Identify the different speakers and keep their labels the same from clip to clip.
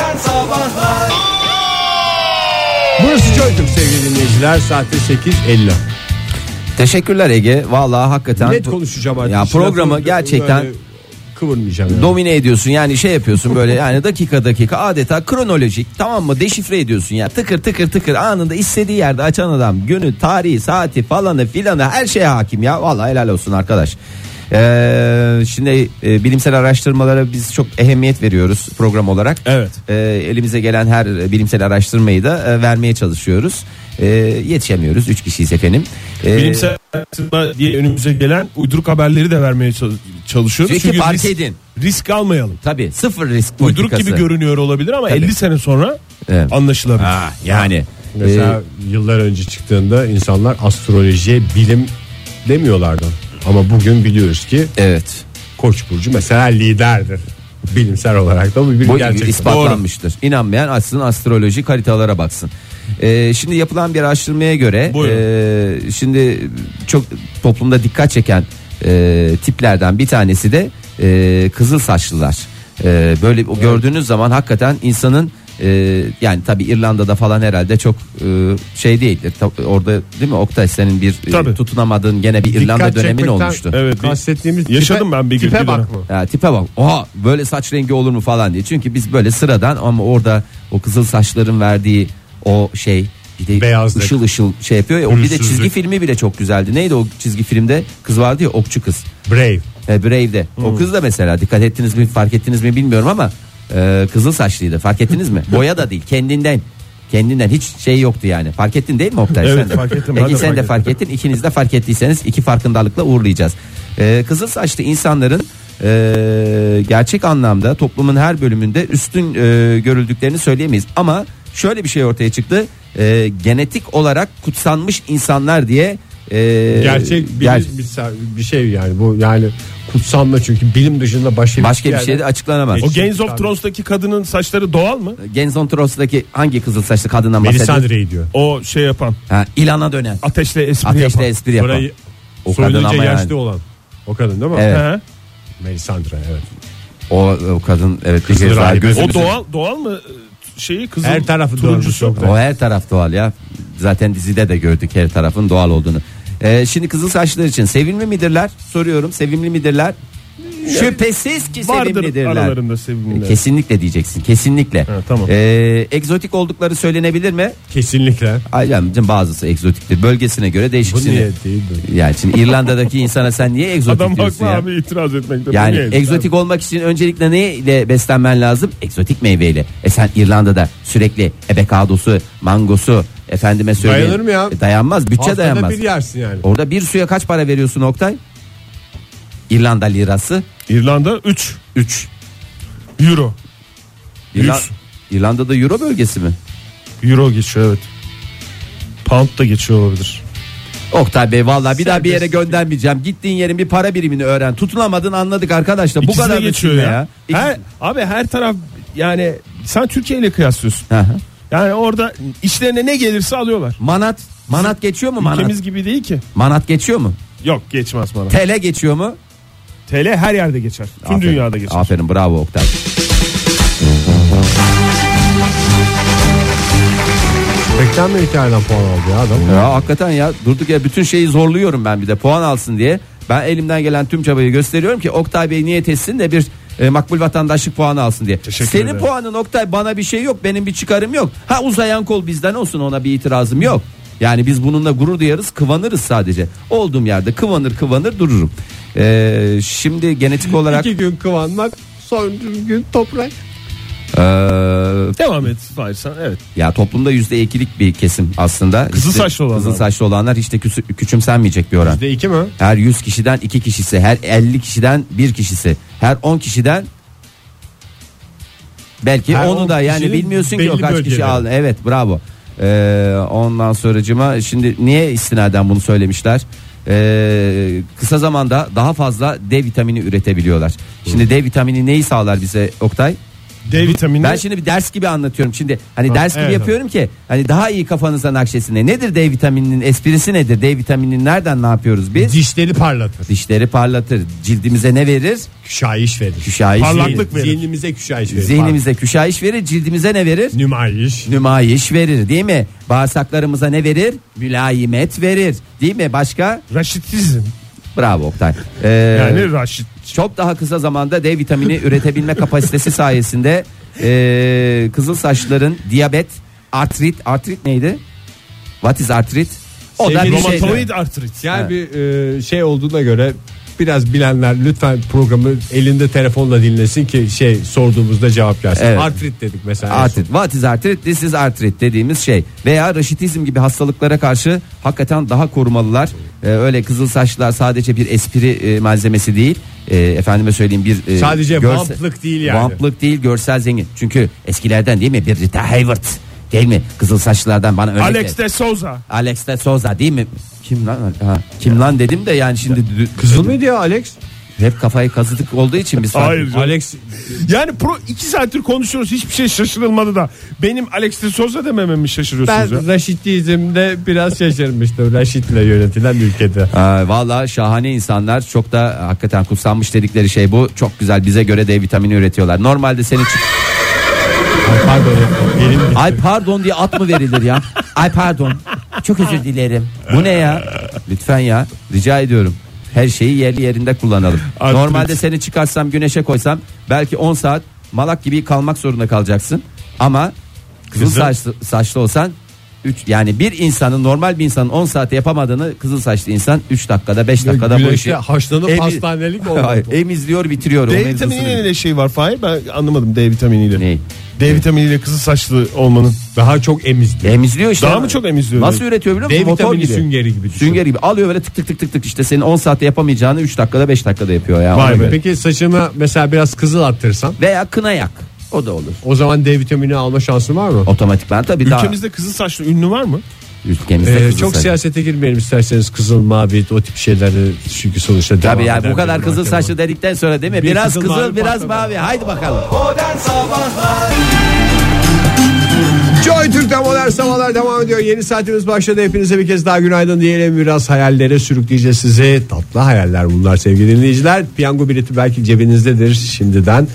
Speaker 1: sabahlar
Speaker 2: Burası Joytürk sevgili dinleyiciler. Saatte 8.50.
Speaker 3: Teşekkürler Ege. Vallahi hakikaten.
Speaker 2: Net konuşacağım artık.
Speaker 3: Ya
Speaker 2: Şuna
Speaker 3: programı
Speaker 2: kıvır-
Speaker 3: gerçekten
Speaker 2: böyle kıvırmayacağım. yani.
Speaker 3: domine ediyorsun. Yani şey yapıyorsun böyle yani dakika dakika adeta kronolojik tamam mı? Deşifre ediyorsun ya. Tıkır tıkır tıkır anında istediği yerde açan adam günü, tarihi, saati falanı filanı her şeye hakim ya. Vallahi helal olsun arkadaş. Ee, şimdi e, bilimsel araştırmalara biz çok ehemmiyet veriyoruz program olarak.
Speaker 2: Evet.
Speaker 3: Ee, elimize gelen her bilimsel araştırmayı da e, vermeye çalışıyoruz. Ee, yetişemiyoruz. Üç kişiyiz efendim. Ee,
Speaker 4: Bilimsel araştırma diye önümüze gelen uyduruk haberleri de vermeye çal- çalışıyoruz.
Speaker 3: Peki fark
Speaker 4: risk,
Speaker 3: edin.
Speaker 4: risk almayalım.
Speaker 3: Tabii sıfır risk
Speaker 4: Uyduruk
Speaker 3: politikası.
Speaker 4: gibi görünüyor olabilir ama 50 sene sonra
Speaker 3: Evet.
Speaker 4: anlaşılabilir.
Speaker 3: Ha, yani. Ee,
Speaker 2: Mesela yıllar önce çıktığında insanlar astrolojiye bilim demiyorlardı. Ama bugün biliyoruz ki
Speaker 3: Ee, evet.
Speaker 2: Koç burcu mesela liderdir. Bilimsel olarak da bu bir
Speaker 3: Bu
Speaker 2: gerçek.
Speaker 3: ispatlanmıştır. İnanmayan açsın astrolojik haritalara baksın. Ee, şimdi yapılan bir araştırmaya göre e, şimdi çok toplumda dikkat çeken e, tiplerden bir tanesi de e, kızıl saçlılar. E, böyle o gördüğünüz zaman hakikaten insanın e, yani tabi İrlanda'da falan herhalde çok e, şey değildir. Ta- Orada değil mi Oktay senin bir e,
Speaker 4: Tabii.
Speaker 3: tutunamadığın gene bir
Speaker 2: Dikkat
Speaker 3: İrlanda dönemin
Speaker 2: çekmekten
Speaker 3: olmuştu.
Speaker 4: Evet, bir-
Speaker 2: Kastettiğimiz
Speaker 4: Yaşadım
Speaker 2: tipe-
Speaker 4: ben bir gün
Speaker 2: tipe
Speaker 4: bir
Speaker 2: bak
Speaker 4: dönem.
Speaker 2: mı?
Speaker 3: Ya tipe bak. Oha böyle saç rengi olur mu falan diye. Çünkü biz böyle sıradan ama orada o kızıl saçların verdiği o şey bir de
Speaker 2: Beyazlık.
Speaker 3: ışıl ışıl şey yapıyor ya. O bir de
Speaker 2: Pürüzsüzlük.
Speaker 3: çizgi filmi bile çok güzeldi. Neydi o çizgi filmde? Kız vardı ya okçu kız.
Speaker 2: Brave.
Speaker 3: E, Brave'de. O
Speaker 4: Hmm.
Speaker 3: kız da mesela dikkat ettiniz mi fark ettiniz mi bilmiyorum ama e, kızıl saçlıydı. Fark ettiniz mi? Boya da değil kendinden. Kendinden hiç şey yoktu yani. Fark ettin değil mi Oktay?
Speaker 4: Evet,
Speaker 3: sen de?
Speaker 4: fark ettim. Ben
Speaker 3: Peki
Speaker 4: de
Speaker 3: sen de
Speaker 4: fark
Speaker 3: fark ettin. İkiniz de fark ettiyseniz iki farkındalıkla uğurlayacağız. E, kızıl saçlı insanların e, gerçek anlamda toplumun her bölümünde üstün e, görüldüklerini söyleyemeyiz. Ama şöyle bir şey ortaya çıktı. E, genetik olarak kutsanmış insanlar diye e,
Speaker 2: Gerçek bir,
Speaker 3: ger-
Speaker 2: bir, bir şey yani bu yani kutsanma çünkü bilim dışında başka,
Speaker 3: başka bir
Speaker 2: yerde-
Speaker 3: şey de açıklanamaz.
Speaker 4: O Games of Thrones'daki kadının saçları doğal mı?
Speaker 3: Genzon Tros'taki hangi kızıl saçlı kadından bahsediyor?
Speaker 2: Melisandre'yi diyor.
Speaker 4: O şey yapan,
Speaker 3: Ha, İlana dönen.
Speaker 4: ateşle espri
Speaker 3: Ateşle
Speaker 4: yapan.
Speaker 3: espri yapan.
Speaker 2: Orayı
Speaker 3: o kadın
Speaker 2: Söyleyince
Speaker 3: ama
Speaker 2: yaşlı
Speaker 3: yani.
Speaker 2: olan. O kadın değil mi?
Speaker 3: Evet.
Speaker 4: He.
Speaker 2: Melisandre evet.
Speaker 3: O, o kadın evet bir şey-
Speaker 2: Kızıl
Speaker 3: kez daha
Speaker 2: rahibe.
Speaker 3: gözümüzün-
Speaker 4: O doğal doğal mı Ee, şeyi kızıl
Speaker 2: Her tarafı
Speaker 4: turuncusu.
Speaker 2: dönmüş, yok.
Speaker 3: O her taraf doğal ya. Zaten dizide de gördük her tarafın doğal olduğunu. Ee, şimdi kızıl saçlılar için sevimli midirler? Soruyorum sevimli midirler? Şüphesiz ki
Speaker 4: Vardır
Speaker 3: sevimlidirler.
Speaker 4: aralarında sevimliler.
Speaker 3: Kesinlikle diyeceksin kesinlikle.
Speaker 4: Ha, tamam.
Speaker 3: Ee, egzotik oldukları söylenebilir mi?
Speaker 2: Kesinlikle.
Speaker 3: Ay canım, bazısı egzotiktir. Bölgesine göre değişik.
Speaker 2: Bu
Speaker 3: Şimdi-
Speaker 2: niye değil mi?
Speaker 3: Yani şimdi İrlanda'daki insana sen niye egzotik
Speaker 4: Adam
Speaker 3: diyorsun
Speaker 4: haklı
Speaker 3: ya?
Speaker 4: abi itiraz etmekte.
Speaker 3: Yani
Speaker 4: Bu niye?
Speaker 3: egzotik olmak için öncelikle neyle beslenmen lazım? Egzotik meyveyle. E sen İrlanda'da sürekli ebekadosu, mangosu efendime söyleyeyim.
Speaker 2: Dayanır mı ya?
Speaker 3: E dayanmaz. Bütçe
Speaker 2: Haftada
Speaker 3: dayanmaz.
Speaker 2: bir yersin yani.
Speaker 3: Orada bir suya kaç para veriyorsun Oktay? İrlanda lirası
Speaker 4: İrlanda 3
Speaker 3: 3.
Speaker 4: euro. Yüz.
Speaker 3: İrlanda'da euro bölgesi mi?
Speaker 4: Euro geçiyor evet. Pound da geçiyor olabilir.
Speaker 3: Oktay Bey vallahi bir daha bir yere göndermeyeceğim. Gittiğin yerin bir para birimini öğren. Tutunamadın anladık arkadaşlar. Bu
Speaker 4: İkisi de
Speaker 3: kadar
Speaker 4: geçiyor
Speaker 3: düşünme
Speaker 4: ya.
Speaker 3: İkisi-
Speaker 4: Her, abi her taraf yani sen Türkiye ile kıyaslıyorsun.
Speaker 3: Hı hı.
Speaker 4: Yani orada işlerine ne gelirse alıyorlar.
Speaker 3: Manat. Manat geçiyor mu manat?
Speaker 4: Ülkemiz gibi değil ki.
Speaker 3: Manat geçiyor mu?
Speaker 4: Yok geçmez bana.
Speaker 3: TL geçiyor mu?
Speaker 4: TL her yerde geçer. Tüm
Speaker 3: Aferin.
Speaker 4: dünyada geçer.
Speaker 3: Aferin bravo Oktay.
Speaker 2: Beklenmeyen hikayeden puan aldı ya adam.
Speaker 3: Ya hakikaten ya durduk ya bütün şeyi zorluyorum ben bir de puan alsın diye. Ben elimden gelen tüm çabayı gösteriyorum ki Oktay Bey niyet etsin de bir e, makbul vatandaşlık puanı alsın diye.
Speaker 4: Teşekkür
Speaker 3: Senin
Speaker 4: ederim.
Speaker 3: puanın Oktay bana bir şey yok benim bir çıkarım yok. Ha uzayan kol bizden olsun ona bir itirazım yok. Yani biz bununla gurur duyarız kıvanırız sadece. Olduğum yerde kıvanır kıvanır dururum. Ee, şimdi genetik olarak
Speaker 2: İki gün kıvanmak son gün toprak.
Speaker 3: ee,
Speaker 4: Devam et Fahir sen evet.
Speaker 3: Ya toplumda yüzde ikilik bir kesim aslında.
Speaker 4: Kızıl
Speaker 3: İşte
Speaker 4: saçlı olanlar.
Speaker 3: Kızıl saçlı olanlar hiç de küsü- küçümsenmeyecek bir oran.
Speaker 2: Bizde iki mi?
Speaker 3: Her 100 kişiden 2 kişisi, her 50 kişiden 1 kişisi, her 10 kişiden belki
Speaker 2: Her
Speaker 3: onu
Speaker 2: 10
Speaker 3: da yani
Speaker 2: kişinin
Speaker 3: bilmiyorsun ki o
Speaker 2: belli
Speaker 3: kaç kişi
Speaker 2: bölgeleri.
Speaker 3: aldı. Evet bravo. Ee, ondan sonracıma şimdi niye istinaden bunu söylemişler? Ee, kısa zamanda daha fazla D vitamini üretebiliyorlar. Şimdi D vitamini neyi sağlar bize Oktay?
Speaker 4: D vitamini.
Speaker 3: Ben şimdi bir ders gibi anlatıyorum. Şimdi hani ders gibi
Speaker 4: evet,
Speaker 3: yapıyorum ki hani daha iyi kafanızdan nakşesin diye. Nedir D vitamininin esprisi nedir? D vitamininin nereden ne yapıyoruz biz?
Speaker 2: Dişleri parlatır.
Speaker 3: Dişleri parlatır. Cildimize ne verir?
Speaker 2: Küşayiş verir.
Speaker 3: Küşayiş
Speaker 4: Parlaklık
Speaker 3: verir.
Speaker 4: verir.
Speaker 2: Zihnimize küşayiş verir.
Speaker 3: Zihnimize küşayiş verir. Cildimize ne verir?
Speaker 2: Pardon. Nümayiş.
Speaker 3: Nümayiş verir değil mi? Bağırsaklarımıza ne verir? Mülayimet verir. Değil mi? Başka?
Speaker 4: Raşitizm.
Speaker 3: Bravo Oktay. Ee,
Speaker 4: Yani raşit.
Speaker 3: çok daha kısa zamanda D vitamini üretebilme kapasitesi sayesinde e, kızıl saçların diyabet, artrit, artrit neydi? What is artrit? O da
Speaker 2: Sevgili
Speaker 3: bir şey.
Speaker 4: Romatoid artrit.
Speaker 2: Yani bir e, şey olduğuna göre biraz bilenler lütfen programı elinde telefonla dinlesin ki şey sorduğumuzda cevap gelsin.
Speaker 3: Evet.
Speaker 2: Artrit dedik mesela.
Speaker 3: Artrit. What is artrit? This is artrit dediğimiz şey. Veya raşitizm gibi hastalıklara karşı hakikaten daha korumalılar. Ee, öyle kızıl saçlar sadece bir espri e, malzemesi değil. Ee, efendime söyleyeyim bir e,
Speaker 2: Sadece vamplık değil yani.
Speaker 3: Vamplık değil, görsel zengin. Çünkü eskilerden değil mi? Bir Rita Hayworth değil mi? Kızıl saçlardan bana örnek ver.
Speaker 4: Alex de Souza.
Speaker 3: Alex de Souza değil mi? Kim lan? Ha, kim lan dedim de yani şimdi dü-
Speaker 2: Kızıl mıydı ya Alex?
Speaker 3: hep kafayı kazıdık olduğu için biz fark-
Speaker 4: Hayır.
Speaker 2: Alex
Speaker 4: Yani pro 2 saattir konuşuyoruz hiçbir şey şaşırılmadı da. Benim Alex de Souza dememe mi şaşırıyorsunuz? ya?
Speaker 2: ben Raşitizm'de biraz şaşırmıştım. Raşit'le yönetilen ülkede.
Speaker 3: Aa, Valla şahane insanlar çok da hakikaten kutsanmış dedikleri şey bu çok güzel bize göre D vitamini üretiyorlar normalde seni çık-
Speaker 2: Ay pardon ya. Elim gitti.
Speaker 3: ay pardon diye at mı verilir ya ay pardon çok özür dilerim bu ne ya lütfen ya rica ediyorum her şeyi yerli yerinde kullanalım
Speaker 4: Artrit.
Speaker 3: normalde seni çıkarsam güneşe koysam belki 10 saat malak gibi kalmak zorunda kalacaksın ama kızıl
Speaker 4: Kızıl.
Speaker 3: saçlı, saçlı olsan üç, yani bir insanın normal bir insanın 10 saatte yapamadığını kızıl saçlı insan 3 dakikada 5 dakikada bu
Speaker 2: Güneşte
Speaker 3: işi
Speaker 2: haşlanıp
Speaker 3: Emi-
Speaker 2: hastanelik oldu.
Speaker 3: Hayır, e- emizliyor bitiriyor. O
Speaker 4: D
Speaker 3: mevzusunu
Speaker 4: vitaminiyle
Speaker 3: bilmiyorum.
Speaker 4: ne şey var Fahir? Ben anlamadım D vitaminiyle.
Speaker 3: Ney?
Speaker 4: D vitaminiyle kızıl saçlı olmanın.
Speaker 2: Daha çok emizdi.
Speaker 3: Emizliyor işte.
Speaker 4: Daha mı çok emizliyor?
Speaker 3: Nasıl üretiyor biliyor
Speaker 2: D
Speaker 3: musun? Motor
Speaker 2: vitamini
Speaker 3: gibi.
Speaker 2: süngeri gibi düşün.
Speaker 3: Sünger gibi alıyor böyle tık tık tık tık tık işte senin 10 saatte yapamayacağını 3 dakikada 5 dakikada yapıyor ya.
Speaker 2: Vay
Speaker 3: Ona
Speaker 2: be.
Speaker 3: göre.
Speaker 2: Peki saçına mesela biraz kızıl attırsam
Speaker 3: Veya kına yak. O da olur.
Speaker 2: o zaman D vitamini alma şansın var mı?
Speaker 3: Otomatikman tabii daha.
Speaker 4: Ülkemizde kızıl saçlı ünlü var mı?
Speaker 3: Ülkemizde
Speaker 2: Ee,
Speaker 3: kızıl
Speaker 2: çok
Speaker 3: saç.
Speaker 2: siyasete girmeyelim isterseniz kızıl mavi o tip şeyleri çünkü sonuçta devam
Speaker 3: Tabii ya
Speaker 2: eder
Speaker 3: bu kadar
Speaker 2: bir
Speaker 3: kızıl
Speaker 2: madde var.
Speaker 3: saçlı dedikten sonra değil mi?
Speaker 2: Bir
Speaker 3: biraz
Speaker 2: kızıl,
Speaker 3: kızıl,
Speaker 2: mavi
Speaker 3: biraz
Speaker 2: patladı.
Speaker 3: mavi. Haydi bakalım.
Speaker 2: Joy Türk'te modern sabahlar devam ediyor yeni saatimiz başladı hepinize bir kez daha günaydın diyelim biraz hayallere sürükleyeceğiz sizi tatlı hayaller bunlar sevgili dinleyiciler piyango bileti belki cebinizdedir şimdiden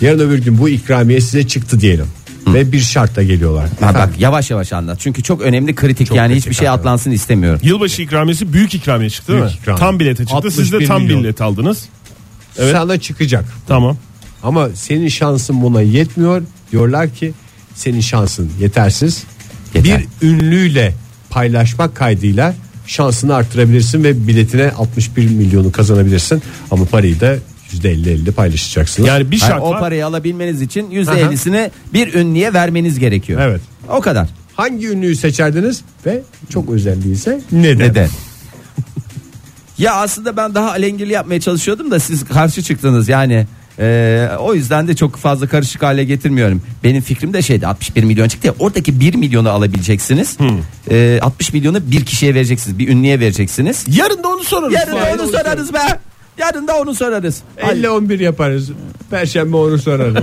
Speaker 2: yarın öbür gün bu ikramiye size çıktı diyelim ve bir şartla geliyorlar
Speaker 3: Ha, bak yavaş yavaş anlat. Çünkü çok önemli kritik yani
Speaker 2: kritik
Speaker 3: hiçbir şey
Speaker 2: hakikaten.
Speaker 3: atlansın istemiyorum.
Speaker 4: Yılbaşı ikramiyesi büyük ikramiye çıktı değil
Speaker 2: Büyük
Speaker 4: mi?
Speaker 2: ikramiye.
Speaker 4: Tam bilete çıktı. Siz de
Speaker 2: 61
Speaker 4: tam
Speaker 2: milyon.
Speaker 4: bilet aldınız.
Speaker 2: evet. sana çıkacak
Speaker 4: Tamam.
Speaker 2: Ama senin şansın buna yetmiyor. Diyorlar ki senin şansın yetersiz.
Speaker 3: Yeter.
Speaker 2: Bir ünlüyle paylaşmak kaydıyla şansını arttırabilirsin ve biletine 61 milyonu kazanabilirsin. Ama parayı da %50-50 paylaşacaksın.
Speaker 4: Yani bir
Speaker 3: Hayır,
Speaker 4: şart
Speaker 3: Hani o
Speaker 4: var.
Speaker 3: parayı alabilmeniz için %50'sini bir ünlüye vermeniz gerekiyor.
Speaker 2: Evet.
Speaker 3: O kadar.
Speaker 2: hangi ünlüyü seçerdiniz ve çok özelliği ise
Speaker 4: Neden?
Speaker 3: Neden? ya aslında ben daha alengirli yapmaya çalışıyordum da siz karşı çıktınız yani. Ee, o yüzden de çok fazla karışık hale getirmiyorum. Benim fikrim de şeydi 61 milyon çıktı ya oradaki 1 milyonu alabileceksiniz. Ee, 60 milyonu bir kişiye vereceksiniz. Bir ünlüye vereceksiniz.
Speaker 4: Yarın da onu sorarız.
Speaker 3: Yarın da
Speaker 4: Fahir.
Speaker 3: onu sorarız be. Yarın da onu sorarız.
Speaker 2: 50-11 yaparız. Perşembe onu sorarım.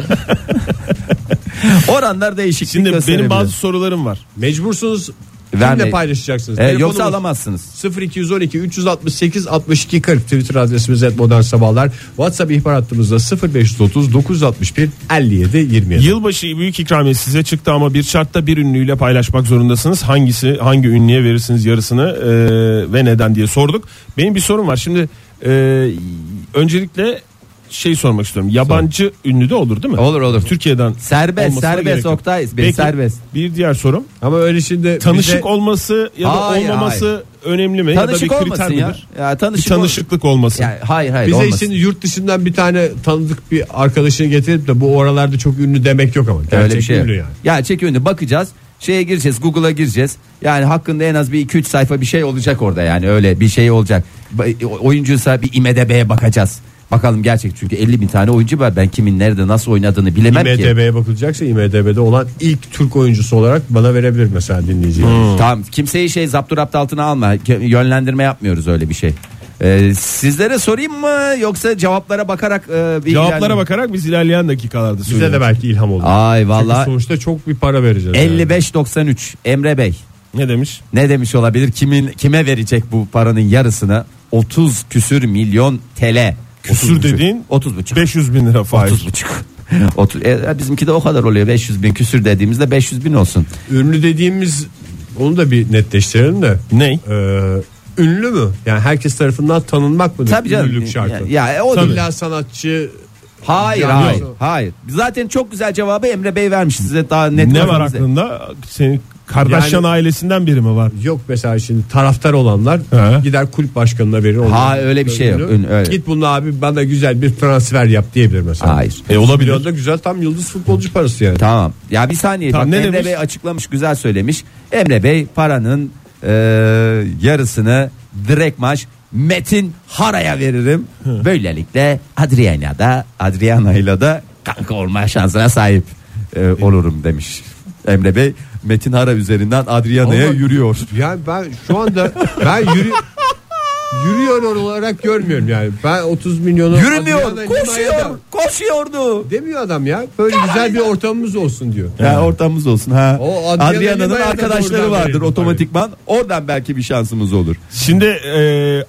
Speaker 3: Oranlar değişiklik
Speaker 4: Şimdi benim
Speaker 3: gösterebilir. E,
Speaker 4: bazı sorularım var.
Speaker 2: Mecbursunuz.
Speaker 3: Verme-
Speaker 2: Kimle paylaşacaksınız?
Speaker 3: Ee, yoksa
Speaker 2: Telefonumuz-
Speaker 3: alamazsınız.
Speaker 2: 0212 368 62 40 Twitter adresimiz et modern sabahlar. WhatsApp ihbar hattımızda 0530 961 57 27.
Speaker 4: Yılbaşı büyük ikramiye size çıktı ama bir şartta bir ünlüyle paylaşmak zorundasınız. Hangisi hangi ünlüye verirsiniz yarısını e, ve neden diye sorduk. Benim bir sorum var. Şimdi e, öncelikle şey sormak istiyorum. Yabancı ünlü de olur değil mi?
Speaker 3: Olur, olur.
Speaker 4: Türkiye'den
Speaker 3: Serbest,
Speaker 4: olmasına
Speaker 3: serbest
Speaker 4: gerek yok.
Speaker 3: Oktay, beni
Speaker 4: Peki,
Speaker 3: serbest.
Speaker 4: Bir diğer sorum.
Speaker 2: Ama öyle şimdi
Speaker 4: Tanışık
Speaker 2: bize-
Speaker 4: olması ya da
Speaker 3: Hayır,
Speaker 4: olmaması önemli mi?
Speaker 3: Tanışık
Speaker 4: ya da bir kriter
Speaker 3: olmasın ya.
Speaker 4: midir?
Speaker 3: ya
Speaker 4: Bir
Speaker 3: tanışık,
Speaker 4: tanışıklık olması.
Speaker 3: Ya, hayır hayır
Speaker 2: bize
Speaker 3: olmasın.
Speaker 2: için yurt dışından bir tane tanıdık bir arkadaşını getirip de bu oralarda çok ünlü demek yok ama. Gerçek
Speaker 3: Öyle bir şey.
Speaker 2: ünlü
Speaker 3: yani.
Speaker 2: yani.
Speaker 3: Gerçek ünlü bakacağız. Şeye gireceğiz Google'a gireceğiz. Yani hakkında en az bir 2-3 sayfa bir şey olacak orada yani öyle bir şey olacak. Ba- Oyuncuysa bir IMDB'ye bakacağız. Bakalım gerçek çünkü 50 bin tane oyuncu var. Ben kimin nerede nasıl oynadığını bilemem ki.
Speaker 2: IMDB'ye bakılacaksa IMDB'de olan ilk Türk oyuncusu olarak bana verebilir
Speaker 3: Hmm.
Speaker 2: mesela dinleyicilerimiz.
Speaker 3: Tamam kimseyi şey zapturapt altına alma. Ke- Yönlendirme yapmıyoruz öyle bir şey. Ee, sizlere sorayım mı yoksa cevaplara bakarak e, bir
Speaker 4: Cevaplara
Speaker 3: ilerleyelim?
Speaker 4: bakarak biz ilerleyen dakikalarda
Speaker 2: Bize de
Speaker 4: söyleyeceğiz.
Speaker 2: belki ilham olur.
Speaker 3: Ay
Speaker 2: Çünkü
Speaker 3: valla
Speaker 2: sonuçta çok bir para vereceğiz. yani.
Speaker 3: 55.93 Emre Bey
Speaker 4: Ne demiş?
Speaker 3: ne demiş olabilir kimin kime verecek bu paranın yarısını 30 küsür milyon TL.
Speaker 4: Küsür
Speaker 3: 30 buçuk.
Speaker 4: dediğin
Speaker 3: 30 buçuk.
Speaker 4: 500 bin lira faiz.
Speaker 3: 30 buçuk. Otu- e, bizimki de o kadar oluyor 500 bin küsür dediğimizde 500 bin olsun.
Speaker 2: Ünlü dediğimiz onu da bir netleştirelim de.
Speaker 4: Ney?
Speaker 2: Ee, ünlü mü? Yani herkes tarafından tanınmak mıdır?
Speaker 3: Tabii canım.
Speaker 2: Ünlülük şartı.
Speaker 3: Ya, ya, o da-
Speaker 2: İlla sanatçı
Speaker 3: Hayır
Speaker 2: Yani
Speaker 3: hayır
Speaker 2: yok.
Speaker 3: hayır. Zaten çok güzel cevabı Emre Bey vermiş size daha net.
Speaker 4: Ne var
Speaker 3: kafanızda.
Speaker 4: aklında? Senin Kardashian
Speaker 2: Yani-
Speaker 4: ailesinden biri mi var?
Speaker 2: yok mesela şimdi taraftar olanlar
Speaker 4: He.
Speaker 2: gider kulüp başkanına verir. ondan
Speaker 3: Ha, öyle bir şey yok.
Speaker 2: ünlü.
Speaker 3: Ün- öyle.
Speaker 2: Git bununla abi bana güzel bir transfer yap diyebilir mesela.
Speaker 3: Hayır.
Speaker 4: E olabilir.
Speaker 2: Milyon da güzel tam yıldız futbolcu parası yani.
Speaker 3: Tamam. Ya bir saniye.
Speaker 4: Tamam,
Speaker 3: Bak,
Speaker 4: ne
Speaker 3: Emre
Speaker 4: demiş?
Speaker 3: Bey açıklamış, güzel söylemiş. Emre Bey paranın e, yarısını direkt maç Metin Hara'ya veririm. Böylelikle Adriana'da Adriana'yla da kanka olma şansına sahip e, olurum demiş. Emre Bey Metin Hara üzerinden Adriana'ya
Speaker 2: Ama-
Speaker 3: yürüyor.
Speaker 2: Yani ben şu anda ben yürü yürüyor olarak görmüyorum yani. Ben 30 milyonu Adriana
Speaker 3: Yürümüyor,
Speaker 2: Lima'ya da-
Speaker 3: koşuyor, koşuyordu.
Speaker 2: Demiyor adam ya. Böyle güzel bir ortamımız olsun diyor.
Speaker 3: Ya ortamımız olsun ha.
Speaker 2: O Adriana
Speaker 3: Adriana'nın
Speaker 2: Lima'ya da
Speaker 3: arkadaşları
Speaker 2: doğrudan
Speaker 3: vardır
Speaker 2: verelim
Speaker 3: otomatikman. Oradan belki bir şansımız olur.
Speaker 4: Şimdi e,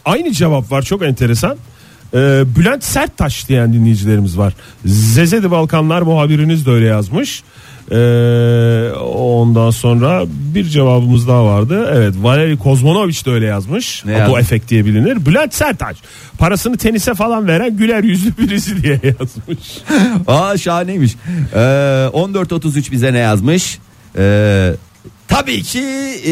Speaker 4: aynı cevap var çok enteresan. E, Bülent Serttaş diyen dinleyicilerimiz var. Zezedi Balkanlar muhabiriniz de öyle yazmış. E, ondan sonra bir cevabımız daha vardı. Evet Valeri Kozmanoviç de öyle yazmış.
Speaker 3: Ne
Speaker 4: O
Speaker 3: yazmış?
Speaker 4: Bu efekt diye bilinir. Bülent Serttaş parasını tenise falan veren güler yüzlü birisi diye yazmış.
Speaker 3: Aa şahaneymiş. Ee, 14.33 bize ne yazmış? Ee, tabii ki e,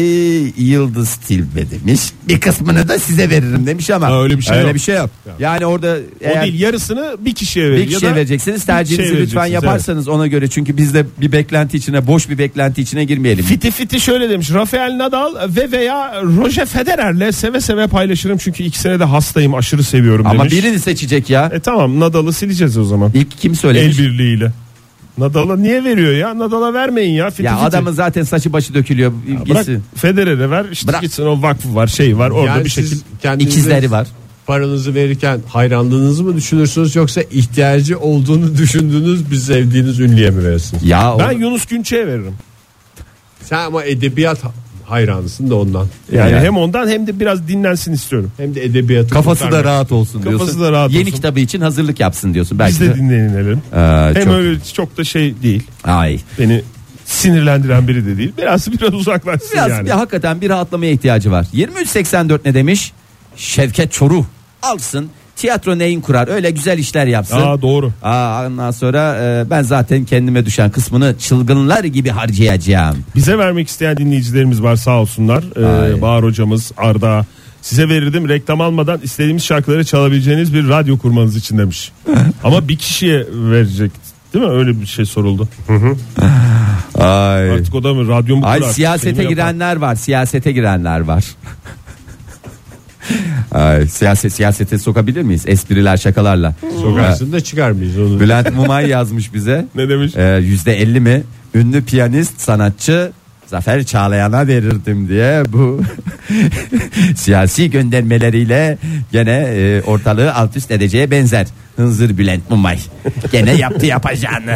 Speaker 3: Yıldız Tilbe demiş. Bir kısmını da size veririm demiş ama.
Speaker 4: Ha, öyle bir şey yok.
Speaker 3: yok. Yani orada
Speaker 4: o
Speaker 3: eğer
Speaker 4: değil yarısını bir kişiye verir.
Speaker 3: bir kişiye vereceksiniz tercihinizi
Speaker 4: şey
Speaker 3: lütfen yaparsanız ona göre. Çünkü biz de bir beklenti içine boş bir beklenti içine girmeyelim.
Speaker 4: Fiti Fiti şöyle demiş. Rafael Nadal ve veya Roger Federer'le seve seve paylaşırım çünkü ikisine de hastayım aşırı seviyorum
Speaker 3: ama
Speaker 4: demiş.
Speaker 3: birini seçecek ya.
Speaker 4: E tamam Nadal'ı sileceğiz o zaman.
Speaker 3: İlk kim
Speaker 4: El
Speaker 3: söylemiş?
Speaker 4: birliğiyle. Nadal'a niye veriyor ya? Nadal'a vermeyin ya. Fiti
Speaker 3: Ya
Speaker 4: Fiti.
Speaker 3: adamın zaten saçı başı dökülüyor.
Speaker 4: Bırak
Speaker 3: ilgisi.
Speaker 4: Federer'e ver işte
Speaker 3: Bırak.
Speaker 4: gitsin o vakfı var şey var orada
Speaker 2: Yani
Speaker 4: bir
Speaker 2: siz
Speaker 4: şekilde.
Speaker 2: kendinize
Speaker 3: İkizleri var.
Speaker 2: Paranızı verirken hayranlığınızı mı düşünürsünüz yoksa ihtiyacı olduğunu düşündüğünüz bir sevdiğiniz ünlüye mi verirsiniz?
Speaker 3: Ya o-
Speaker 4: Ben Yunus Günçe'ye veririm.
Speaker 2: Sen ama edebiyat ha- hayranısın da ondan.
Speaker 4: Yani,
Speaker 3: Yani.
Speaker 4: hem ondan hem de biraz dinlensin istiyorum.
Speaker 2: Hem de edebiyatı
Speaker 3: kafası da
Speaker 2: kurtarmak.
Speaker 3: rahat olsun diyorsun.
Speaker 4: Kafası da rahat
Speaker 3: Yeni
Speaker 4: olsun.
Speaker 3: kitabı için hazırlık yapsın diyorsun. Belki
Speaker 4: Biz
Speaker 3: de-
Speaker 4: de dinlenelim.
Speaker 3: Aa,
Speaker 4: hem
Speaker 3: Ee, çok-
Speaker 4: öyle çok da şey değil.
Speaker 3: Ay.
Speaker 4: Beni sinirlendiren biri de değil. Biraz biraz uzaklaşsın
Speaker 3: Biraz
Speaker 4: yani.
Speaker 3: bir hakikaten bir rahatlamaya ihtiyacı var. 2384 ne demiş? Şevket Çoruh alsın. Tiyatro neyin kurar? Öyle güzel işler yapsın.
Speaker 4: Aa doğru.
Speaker 3: Aa, ondan sonra e, ben zaten kendime düşen kısmını çılgınlar gibi harcayacağım.
Speaker 4: Bize vermek isteyen dinleyicilerimiz var sağ olsunlar. Ee,
Speaker 3: Ay.
Speaker 4: Bahar hocamız Arda size verirdim reklam almadan istediğimiz şarkıları çalabileceğiniz bir radyo kurmanız için demiş. Ama bir kişiye verecek değil mi? Öyle bir şey soruldu.
Speaker 3: Ay.
Speaker 4: Artık o da mı radyo mu
Speaker 3: Ay
Speaker 4: kurar,
Speaker 3: siyasete
Speaker 4: şey mi yapar?
Speaker 3: girenler var. Siyasete girenler var. Ay, siyaset siyasete sokabilir miyiz? Espriler şakalarla. Ee,
Speaker 2: Sokarsın da çıkarmayız onu.
Speaker 3: Bülent Mumay yazmış bize. Ee,
Speaker 4: Ne demiş?
Speaker 3: Yüzde elli mi? Ünlü piyanist sanatçı Zafer Çağlayan'a verirdim diye bu siyasi göndermeleriyle gene e, ortalığı alt üst edeceğe benzer. Hınzır Bülent Mumay. Gene yaptı yapacağını.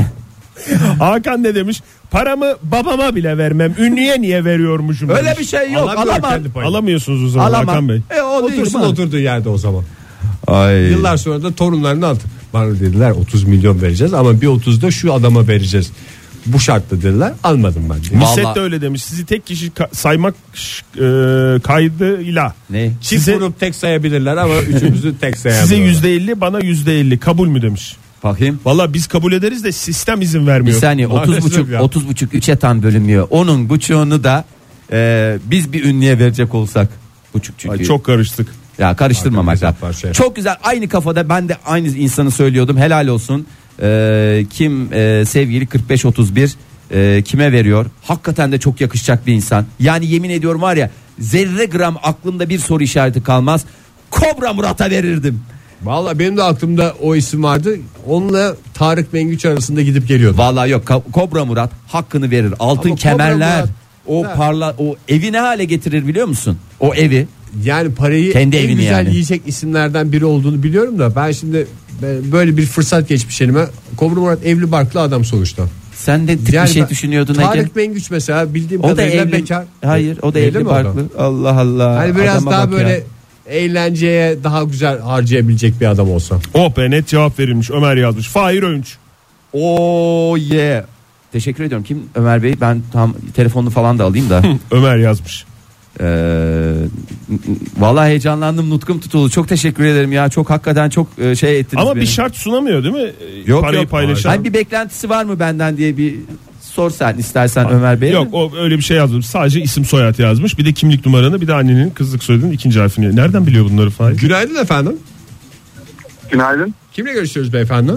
Speaker 4: Hakan ne demiş? Paramı babama bile vermem. Ünlüye niye veriyormuşum?
Speaker 3: Öyle
Speaker 4: demiş.
Speaker 3: bir şey yok.
Speaker 2: Alamıyor
Speaker 3: Alamam.
Speaker 2: kendi payını.
Speaker 4: Alamıyorsunuz o zaman Hakan
Speaker 3: Alamam.
Speaker 4: Bey.
Speaker 3: E, o değil
Speaker 2: Otursun
Speaker 3: mi?
Speaker 2: oturduğu yerde o zaman.
Speaker 3: Ay.
Speaker 2: Yıllar sonra da torunlarını at. Bana dediler 30 milyon vereceğiz ama bir 30 da şu adama vereceğiz. Bu şartla dediler almadım ben. diye.
Speaker 3: Vallahi-
Speaker 4: Lisette öyle demiş. Sizi tek kişi ka- saymak ş- e, kaydıyla.
Speaker 3: Ne?
Speaker 2: Çift
Speaker 4: Size-
Speaker 2: grup tek sayabilirler ama üçümüzü tek
Speaker 4: Size
Speaker 2: sayamıyorlar.
Speaker 4: yüzde elli bana yüzde elli kabul mü demiş.
Speaker 3: Bakayım.
Speaker 4: Valla biz kabul ederiz de sistem izin
Speaker 3: Bir
Speaker 4: vermiyor.
Speaker 3: saniye 30 buçuk
Speaker 4: ya.
Speaker 3: 30 buçuk 3'e tam bölünmüyor. Onun buçuğunu da e, biz bir ünlüye verecek olsak buçuk çünkü.
Speaker 4: Ay, çok karıştık.
Speaker 3: Ya karıştırmamak
Speaker 2: Arkamda
Speaker 3: lazım.
Speaker 2: hesap var, şey.
Speaker 3: Çok güzel aynı kafada ben de aynı insanı söylüyordum. Helal olsun. Ee, kim e, sevgili 4531 e, kime veriyor? Hakikaten de çok yakışacak bir insan. Yani yemin ediyorum var ya zerre gram aklımda bir soru işareti kalmaz. Kobra Murat'a verirdim.
Speaker 2: Valla benim de aklımda o isim vardı. Onunla Tarık Mengüç arasında gidip geliyordu.
Speaker 3: Vallahi yok Ka- Kobra Murat hakkını verir. Altın
Speaker 2: Ama Kobra
Speaker 3: kemerler.
Speaker 2: Murat-
Speaker 3: o
Speaker 2: Ha.
Speaker 3: parla o evi ne hale getirir biliyor musun? O evi
Speaker 2: yani parayı
Speaker 3: Kendi
Speaker 2: en
Speaker 3: evini
Speaker 2: güzel
Speaker 3: yani.
Speaker 2: yiyecek isimlerden biri olduğunu biliyorum da ben şimdi ben- böyle bir fırsat geçmiş elime. Kobra Murat evli barklı adam sonuçta.
Speaker 3: Sen de tık
Speaker 2: Yani
Speaker 3: bir şey
Speaker 2: ben-
Speaker 3: düşünüyordun Ege.
Speaker 2: Tarık Mengüç mesela bildiğim
Speaker 3: O da
Speaker 2: kadarıyla
Speaker 3: evli.
Speaker 2: bekar.
Speaker 3: Hayır o da
Speaker 2: Evli mi
Speaker 3: evli
Speaker 2: o da?
Speaker 3: barklı. Allah Allah.
Speaker 2: Hani biraz
Speaker 3: Adama
Speaker 2: daha
Speaker 3: bak
Speaker 2: böyle
Speaker 3: ya.
Speaker 2: eğlenceye daha güzel harcayabilecek bir adam olsa.
Speaker 4: Oh be net cevap verilmiş Ömer yazmış. Fahir Önç.
Speaker 3: Oo Oh, yeah. Teşekkür ediyorum. Kim Ömer Bey? Ben tam telefonunu falan da alayım da.
Speaker 4: Ömer yazmış.
Speaker 3: Ee, vallahi heyecanlandım. Nutkum tutuldu. Çok teşekkür ederim ya. Çok hakikaten çok e, şey ettiniz
Speaker 4: Ama
Speaker 3: beni.
Speaker 4: bir şart sunamıyor değil mi? Ee,
Speaker 3: Yok,
Speaker 4: Parayı
Speaker 3: yok.
Speaker 4: paylaşan.
Speaker 3: Hani bir beklentisi var mı benden diye bir sor sen istersen Ömer Bey.
Speaker 4: Yok o öyle bir şey yazmış. Sadece isim soyad yazmış. Bir de kimlik numaranı bir de annenin kızlık soyadının ikinci harfini. Nereden biliyor bunları Fahir?
Speaker 2: Günaydın efendim.
Speaker 1: Günaydın.
Speaker 2: Kimle görüşüyoruz beyefendi?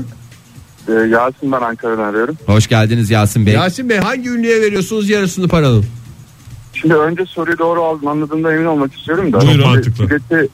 Speaker 1: Ee, Yasin ben Ankara'dan arıyorum.
Speaker 3: Hoş geldiniz Yasin Bey.
Speaker 2: Yasin Bey hangi ünlüye veriyorsunuz yarısını paranın?
Speaker 1: Şimdi önce soruyu doğru aldım, anladığımda emin olmak istiyorum da.
Speaker 4: Buyurun.
Speaker 1: Şimdi
Speaker 4: Mantıklı.
Speaker 1: Bileti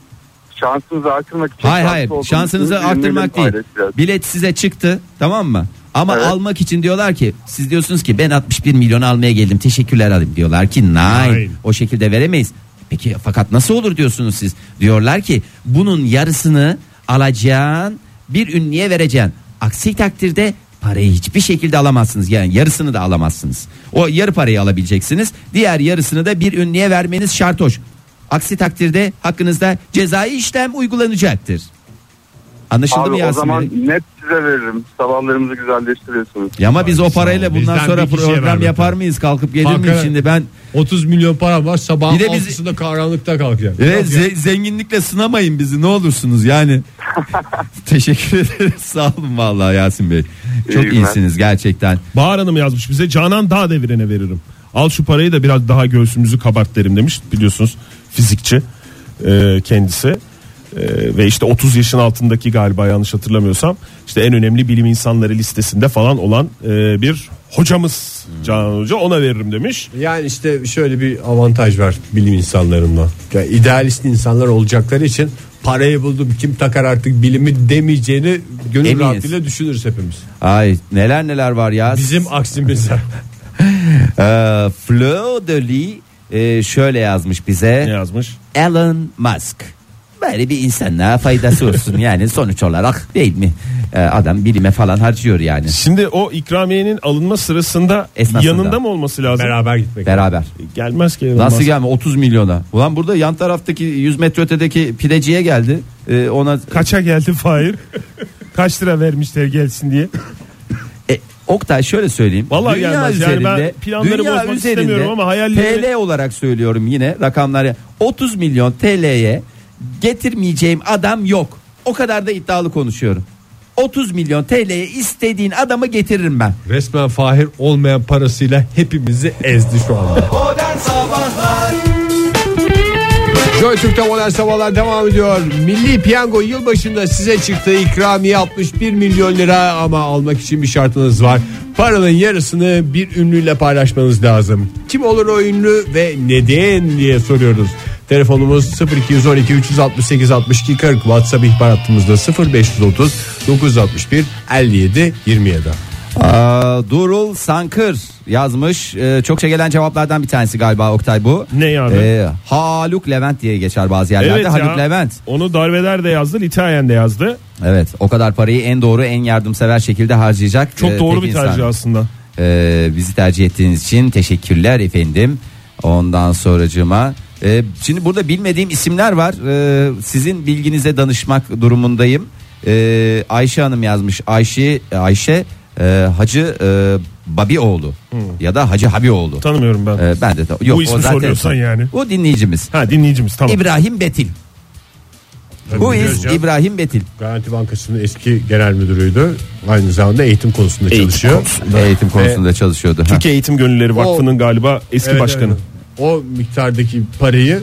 Speaker 1: şansınızı artırmak için.
Speaker 3: hayır
Speaker 1: şanslı
Speaker 3: hayır
Speaker 1: olduğunuz
Speaker 3: şansınızı
Speaker 1: için ürünleri
Speaker 3: arttırmak değil.
Speaker 1: paylaşacağız.
Speaker 3: Bilet size çıktı tamam mı? Ama
Speaker 1: Evet.
Speaker 3: almak için diyorlar ki siz diyorsunuz ki ben 61 milyon almaya geldim teşekkürler alayım diyorlar ki nein,
Speaker 4: Nein.
Speaker 3: o şekilde veremeyiz. Peki fakat nasıl olur diyorsunuz siz? Diyorlar ki bunun yarısını alacağın bir ünlüye vereceksin. Aksi takdirde parayı hiçbir şekilde alamazsınız. Yani yarısını da alamazsınız. O yarı parayı alabileceksiniz. Diğer yarısını da bir ünlüye vermeniz şart hoş. Aksi takdirde hakkınızda cezai işlem uygulanacaktır. Anlaşıldı mı
Speaker 1: Abi o
Speaker 3: Yasemin?
Speaker 1: zaman net size veririm. Sabahlarımızı güzelleştiriyorsunuz.
Speaker 3: Ya ama biz o parayla
Speaker 2: ol.
Speaker 3: bundan
Speaker 2: Bizden
Speaker 3: sonra
Speaker 2: bir kişiye
Speaker 3: program
Speaker 2: vermek
Speaker 3: yapar mıyız? Kalkıp gelir miyiz
Speaker 2: Hakikaten.
Speaker 3: şimdi ben?
Speaker 2: 30 milyon param var sabahın
Speaker 3: Bir de biz-
Speaker 2: altısında karanlıkta kalkacağım.
Speaker 3: Evet, ze- zenginlikle sınamayın bizi ne olursunuz yani. Teşekkür ederiz. Sağ olun vallahi Yasin Bey. Çok
Speaker 1: günler.
Speaker 3: iyisiniz gerçekten.
Speaker 4: Bahar Hanım yazmış bize. Canan Dağ devirene veririm. Al şu parayı da biraz daha göğsümüzü kabart derim demiş. Biliyorsunuz fizikçi e, kendisi. E, ve işte 30 yaşın altındaki galiba yanlış hatırlamıyorsam işte en önemli bilim insanları listesinde falan olan e, bir hocamız Canan Hoca ona veririm demiş.
Speaker 2: Yani işte şöyle bir avantaj var bilim insanlarında. Yani idealist insanlar olacakları için parayı buldum kim takar artık bilimi demeyeceğini gönül
Speaker 3: Eminiz.
Speaker 2: rahatlığıyla düşünürüz hepimiz.
Speaker 3: Ay neler neler var ya.
Speaker 2: Bizim aksimize.
Speaker 3: Ee, Fleur de Lis e, şöyle yazmış bize.
Speaker 4: Ne yazmış?
Speaker 3: Elon Musk. Böyle bir insanlığa faydası olsun yani sonuç olarak değil mi? Ee, adam bilime falan harcıyor yani.
Speaker 4: Şimdi o ikramiyenin alınma sırasında
Speaker 3: Esnasında.
Speaker 4: yanında mı olması lazım?
Speaker 2: Beraber gitmek.
Speaker 3: Beraber.
Speaker 4: Gelmez ki.
Speaker 3: Nasıl
Speaker 4: Nasıl
Speaker 3: gelme 30 milyona. Ulan burada yan taraftaki 100 metre ötedeki pideciye geldi. Ee, ona
Speaker 4: Kaça geldi Fahir? Kaç lira vermişler gelsin diye.
Speaker 3: E, Oktay şöyle söyleyeyim.
Speaker 4: Vallahi gelmez. Yani ben planları bozmak istemiyorum ama hayalleri-
Speaker 3: TL olarak söylüyorum yine rakamları. 30 milyon TL'ye getirmeyeceğim adam yok. O kadar da iddialı konuşuyorum. 30 milyon TL'ye istediğin adamı getiririm ben.
Speaker 2: Resmen Fahir olmayan parasıyla hepimizi ezdi şu anda. Joy Türk'te modern sabahlar devam ediyor. Milli Piyango yılbaşında size çıktığı ikramiye 61 milyon lira ama almak için bir şartınız var. Paranın yarısını bir ünlüyle paylaşmanız lazım. Kim olur o ünlü ve neden diye soruyoruz. Telefonumuz 0212 368 62 40 WhatsApp ihbar hattımızda 0530 961 57 27.
Speaker 3: Aa, Durul Sankır yazmış. Ee, çokça gelen cevaplardan bir tanesi galiba Oktay bu.
Speaker 4: Ne yani?
Speaker 3: Ee, Haluk Levent diye geçer bazı yerlerde.
Speaker 4: Evet
Speaker 3: Haluk
Speaker 4: ya.
Speaker 3: Levent.
Speaker 4: Onu darveder de yazdı, Litayen de yazdı.
Speaker 3: Evet o kadar parayı en doğru en yardımsever şekilde harcayacak.
Speaker 4: Çok
Speaker 3: e,
Speaker 4: doğru
Speaker 3: tek
Speaker 4: bir
Speaker 3: insan.
Speaker 4: tercih aslında.
Speaker 3: E, bizi tercih ettiğiniz için teşekkürler efendim. Ondan sonracığıma. e, şimdi burada bilmediğim isimler var. E, sizin bilginize danışmak durumundayım. E, Ayşe Hanım yazmış. Ayşe Ayşe e, Hacı e, Babioğlu ya da Hacı Habioğlu.
Speaker 4: Tanımıyorum ben.
Speaker 3: E, ben de yok
Speaker 4: Hmm. Bu ismi
Speaker 3: o zaten.
Speaker 4: soruyorsan yani.
Speaker 3: O dinleyicimiz.
Speaker 4: Ha dinleyicimiz tamam.
Speaker 3: İbrahim Betil. Bu is
Speaker 2: Hocam.
Speaker 3: İbrahim Betil.
Speaker 2: Garanti Bankası'nın eski genel müdürüydü. Aynı zamanda eğitim konusunda çalışıyor.
Speaker 3: Eğitim konusunda çalışıyordu. Ha.
Speaker 4: E, Türkiye Eğitim Gönülleri Vakfı'nın galiba eski
Speaker 2: Evet,
Speaker 4: başkanı.
Speaker 2: evet. O miktardaki parayı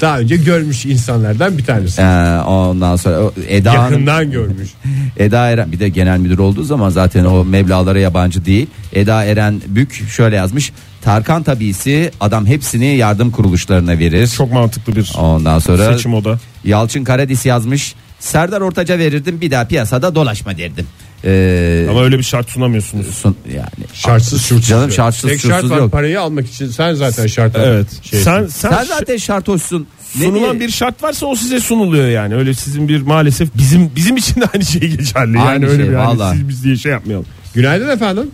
Speaker 2: daha önce görmüş insanlardan bir tanesi.
Speaker 3: Ee, ondan sonra o Eda Hanım,
Speaker 2: Yakından görmüş.
Speaker 3: Eda Eren bir de genel müdür olduğu zaman zaten o meblalara yabancı değil. Eda Eren Bük şöyle yazmış. Tarkan tabisi adam hepsini yardım kuruluşlarına verir.
Speaker 4: Çok mantıklı bir
Speaker 3: Ondan sonra
Speaker 4: seçim o da.
Speaker 3: Yalçın Karadis yazmış. Serdar Ortaç'a verirdim bir daha piyasada dolaşma derdim. Ee,
Speaker 4: Ama öyle bir şart sunamıyorsunuz.
Speaker 3: sun- yani
Speaker 2: Şartsız şurtsuz.
Speaker 3: Canım
Speaker 2: diyor.
Speaker 3: şartsız
Speaker 2: Tek
Speaker 3: şurtsuz
Speaker 2: şart var
Speaker 3: yok.
Speaker 2: parayı almak için sen zaten şartlar.
Speaker 4: Evet.
Speaker 2: şey-
Speaker 4: sen, sen,
Speaker 3: Ee, Sen zaten şart olsun. Ne
Speaker 4: sunulan
Speaker 3: diye-
Speaker 4: bir şart varsa o size sunuluyor yani. Öyle sizin bir maalesef bizim bizim için de aynı şey geçerli. Yani
Speaker 3: Aynı
Speaker 4: öyle
Speaker 3: şey,
Speaker 4: bir hani
Speaker 3: vallahi.
Speaker 4: siz biz diye şey yapmayalım.
Speaker 2: Günaydın efendim.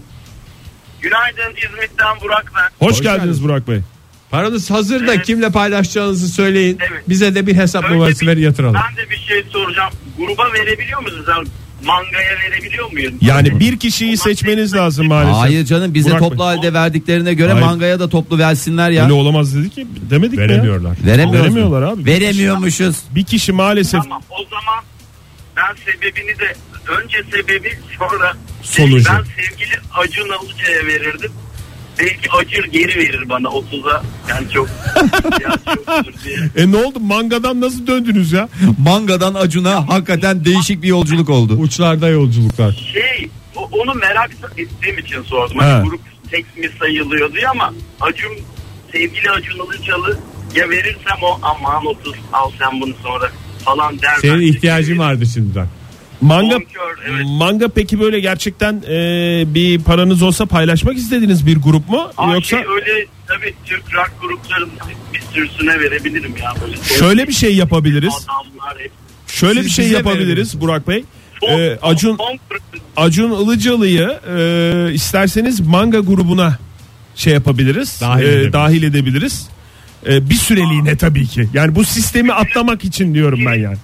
Speaker 5: Günaydın İzmit'ten Burak ben.
Speaker 4: Hoş,
Speaker 2: Hoş
Speaker 4: geldiniz
Speaker 2: geldiniz.
Speaker 4: Burak Bey.
Speaker 2: Paranız hazır da
Speaker 5: Evet.
Speaker 2: kimle paylaşacağınızı söyleyin.
Speaker 5: Evet.
Speaker 2: Bize de bir hesap
Speaker 5: Önce
Speaker 2: numarası
Speaker 5: bir-
Speaker 2: ver yatıralım.
Speaker 5: Ben de bir şey soracağım. Gruba verebiliyor musunuz? Yani mangaya verebiliyor muyuz?
Speaker 4: Yani bir kişiyi seçmeniz lazım maalesef.
Speaker 3: Hayır canım bize
Speaker 4: Burak
Speaker 3: toplu
Speaker 4: Bey.
Speaker 3: halde verdiklerine göre
Speaker 4: Hayır.
Speaker 3: mangaya da toplu versinler ya.
Speaker 4: Öyle olamaz dedi ki demedik mi ya?
Speaker 2: Veremiyorlar.
Speaker 3: Veremiyoruz.
Speaker 4: Veremiyorlar abi.
Speaker 3: Veremiyormuşuz.
Speaker 4: Bir kişi maalesef
Speaker 5: Tamam o zaman ben sebebini de önce sebebi sonra
Speaker 4: Sonucu.
Speaker 5: Ben sevgili Acun Alıcı'ya verirdim. Belki Acır geri verir bana 30'a. Yani çok ihtiyacı yoktur diye.
Speaker 4: E ne oldu mangadan nasıl döndünüz ya?
Speaker 3: Mangadan Acun'a hakikaten değişik bir yolculuk oldu.
Speaker 2: Uçlarda yolculuklar.
Speaker 5: Şey o- onu merak ettiğim için sordum.
Speaker 4: Ha.
Speaker 5: Hani grup tek mi sayılıyor diye ama Acun sevgili Acun Ilıcalı ya verirsem o aman 30 al sen bunu sonra falan der.
Speaker 2: Senin
Speaker 5: Bence
Speaker 2: ihtiyacın
Speaker 5: ki-
Speaker 2: vardı şimdiden.
Speaker 4: Manga
Speaker 5: Bonkör, evet.
Speaker 4: manga peki böyle gerçekten e, bir paranız olsa paylaşmak istediğiniz bir grup mu
Speaker 5: Aa,
Speaker 4: yoksa
Speaker 5: şey, öyle tabii Türk rock gruplarının bir sürüsüne verebilirim ya. Böyle
Speaker 4: şöyle bir şey yapabiliriz.
Speaker 5: Adamlar hep.
Speaker 4: Şöyle
Speaker 2: Siz
Speaker 4: bir şey
Speaker 2: bize
Speaker 4: yapabiliriz Burak Bey. E,
Speaker 5: Son-
Speaker 4: Acun
Speaker 5: son-
Speaker 4: Acun Ilıcalı'yı e, isterseniz manga grubuna şey yapabiliriz.
Speaker 2: Dahil
Speaker 4: Dahil,
Speaker 2: edebiliriz.
Speaker 4: dahil edebiliriz. E, bir süreliğine tabii ki. Yani bu sistemi atlamak için diyorum ben yani.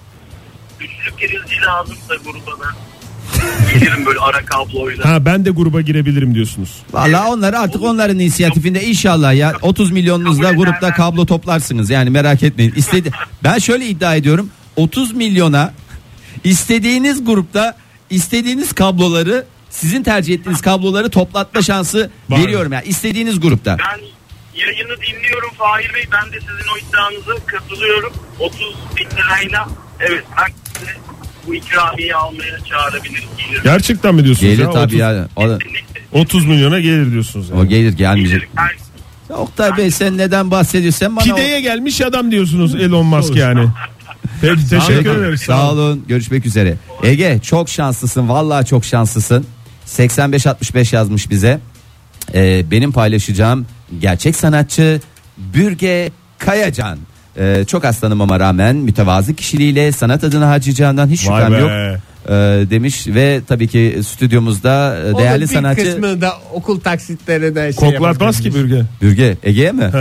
Speaker 5: Üçlü pirinci lazım da gruba da. Gelirim böyle ara kabloyla.
Speaker 4: Ha ben de gruba girebilirim diyorsunuz.
Speaker 3: Valla onları artık onların inisiyatifinde inşallah ya 30 milyonunuzla grupta kablo toplarsınız yani merak etmeyin. İstedi ben şöyle iddia ediyorum 30 milyona istediğiniz grupta istediğiniz kabloları sizin tercih ettiğiniz kabloları toplatma şansı veriyorum ya istediğiniz grupta.
Speaker 5: Ben yayını dinliyorum Fahir Bey. Ben de sizin o iddianıza katılıyorum. 30 bin lirayla evet ben sizi bu ikramiye almaya çağırabilirim. Gelirim.
Speaker 4: Gerçekten mi diyorsunuz
Speaker 3: Gelir
Speaker 4: ya?
Speaker 3: tabii
Speaker 4: 30
Speaker 3: ya. O,
Speaker 4: 30 milyona gelir diyorsunuz. yani.
Speaker 3: o gelir gelmeyecek.
Speaker 5: Gelirim. Ben
Speaker 3: Oktay Bey sen neden bahsediyorsun? Sen bana
Speaker 4: Pideye gelmiş adam diyorsunuz Elon Musk yani. Peki
Speaker 3: Peki,
Speaker 4: teşekkür ederiz.
Speaker 3: şey Sağ olun. Görüşmek üzere. Ege çok şanslısın. Vallahi çok şanslısın. 85-65 yazmış bize. Ee, benim paylaşacağım gerçek sanatçı Bürge Kayacan. Ee, çok aslanım ama rağmen mütevazı kişiliğiyle sanat adını harcayacağından hiç
Speaker 4: Vay
Speaker 3: şüphem
Speaker 4: be.
Speaker 3: yok. Ee, demiş ve tabii ki stüdyomuzda e, değerli sanatçı
Speaker 2: da okul taksitleri de şey
Speaker 3: Şey
Speaker 4: Koklatmaz ki bürge.
Speaker 3: Bürge Ege'ye mi?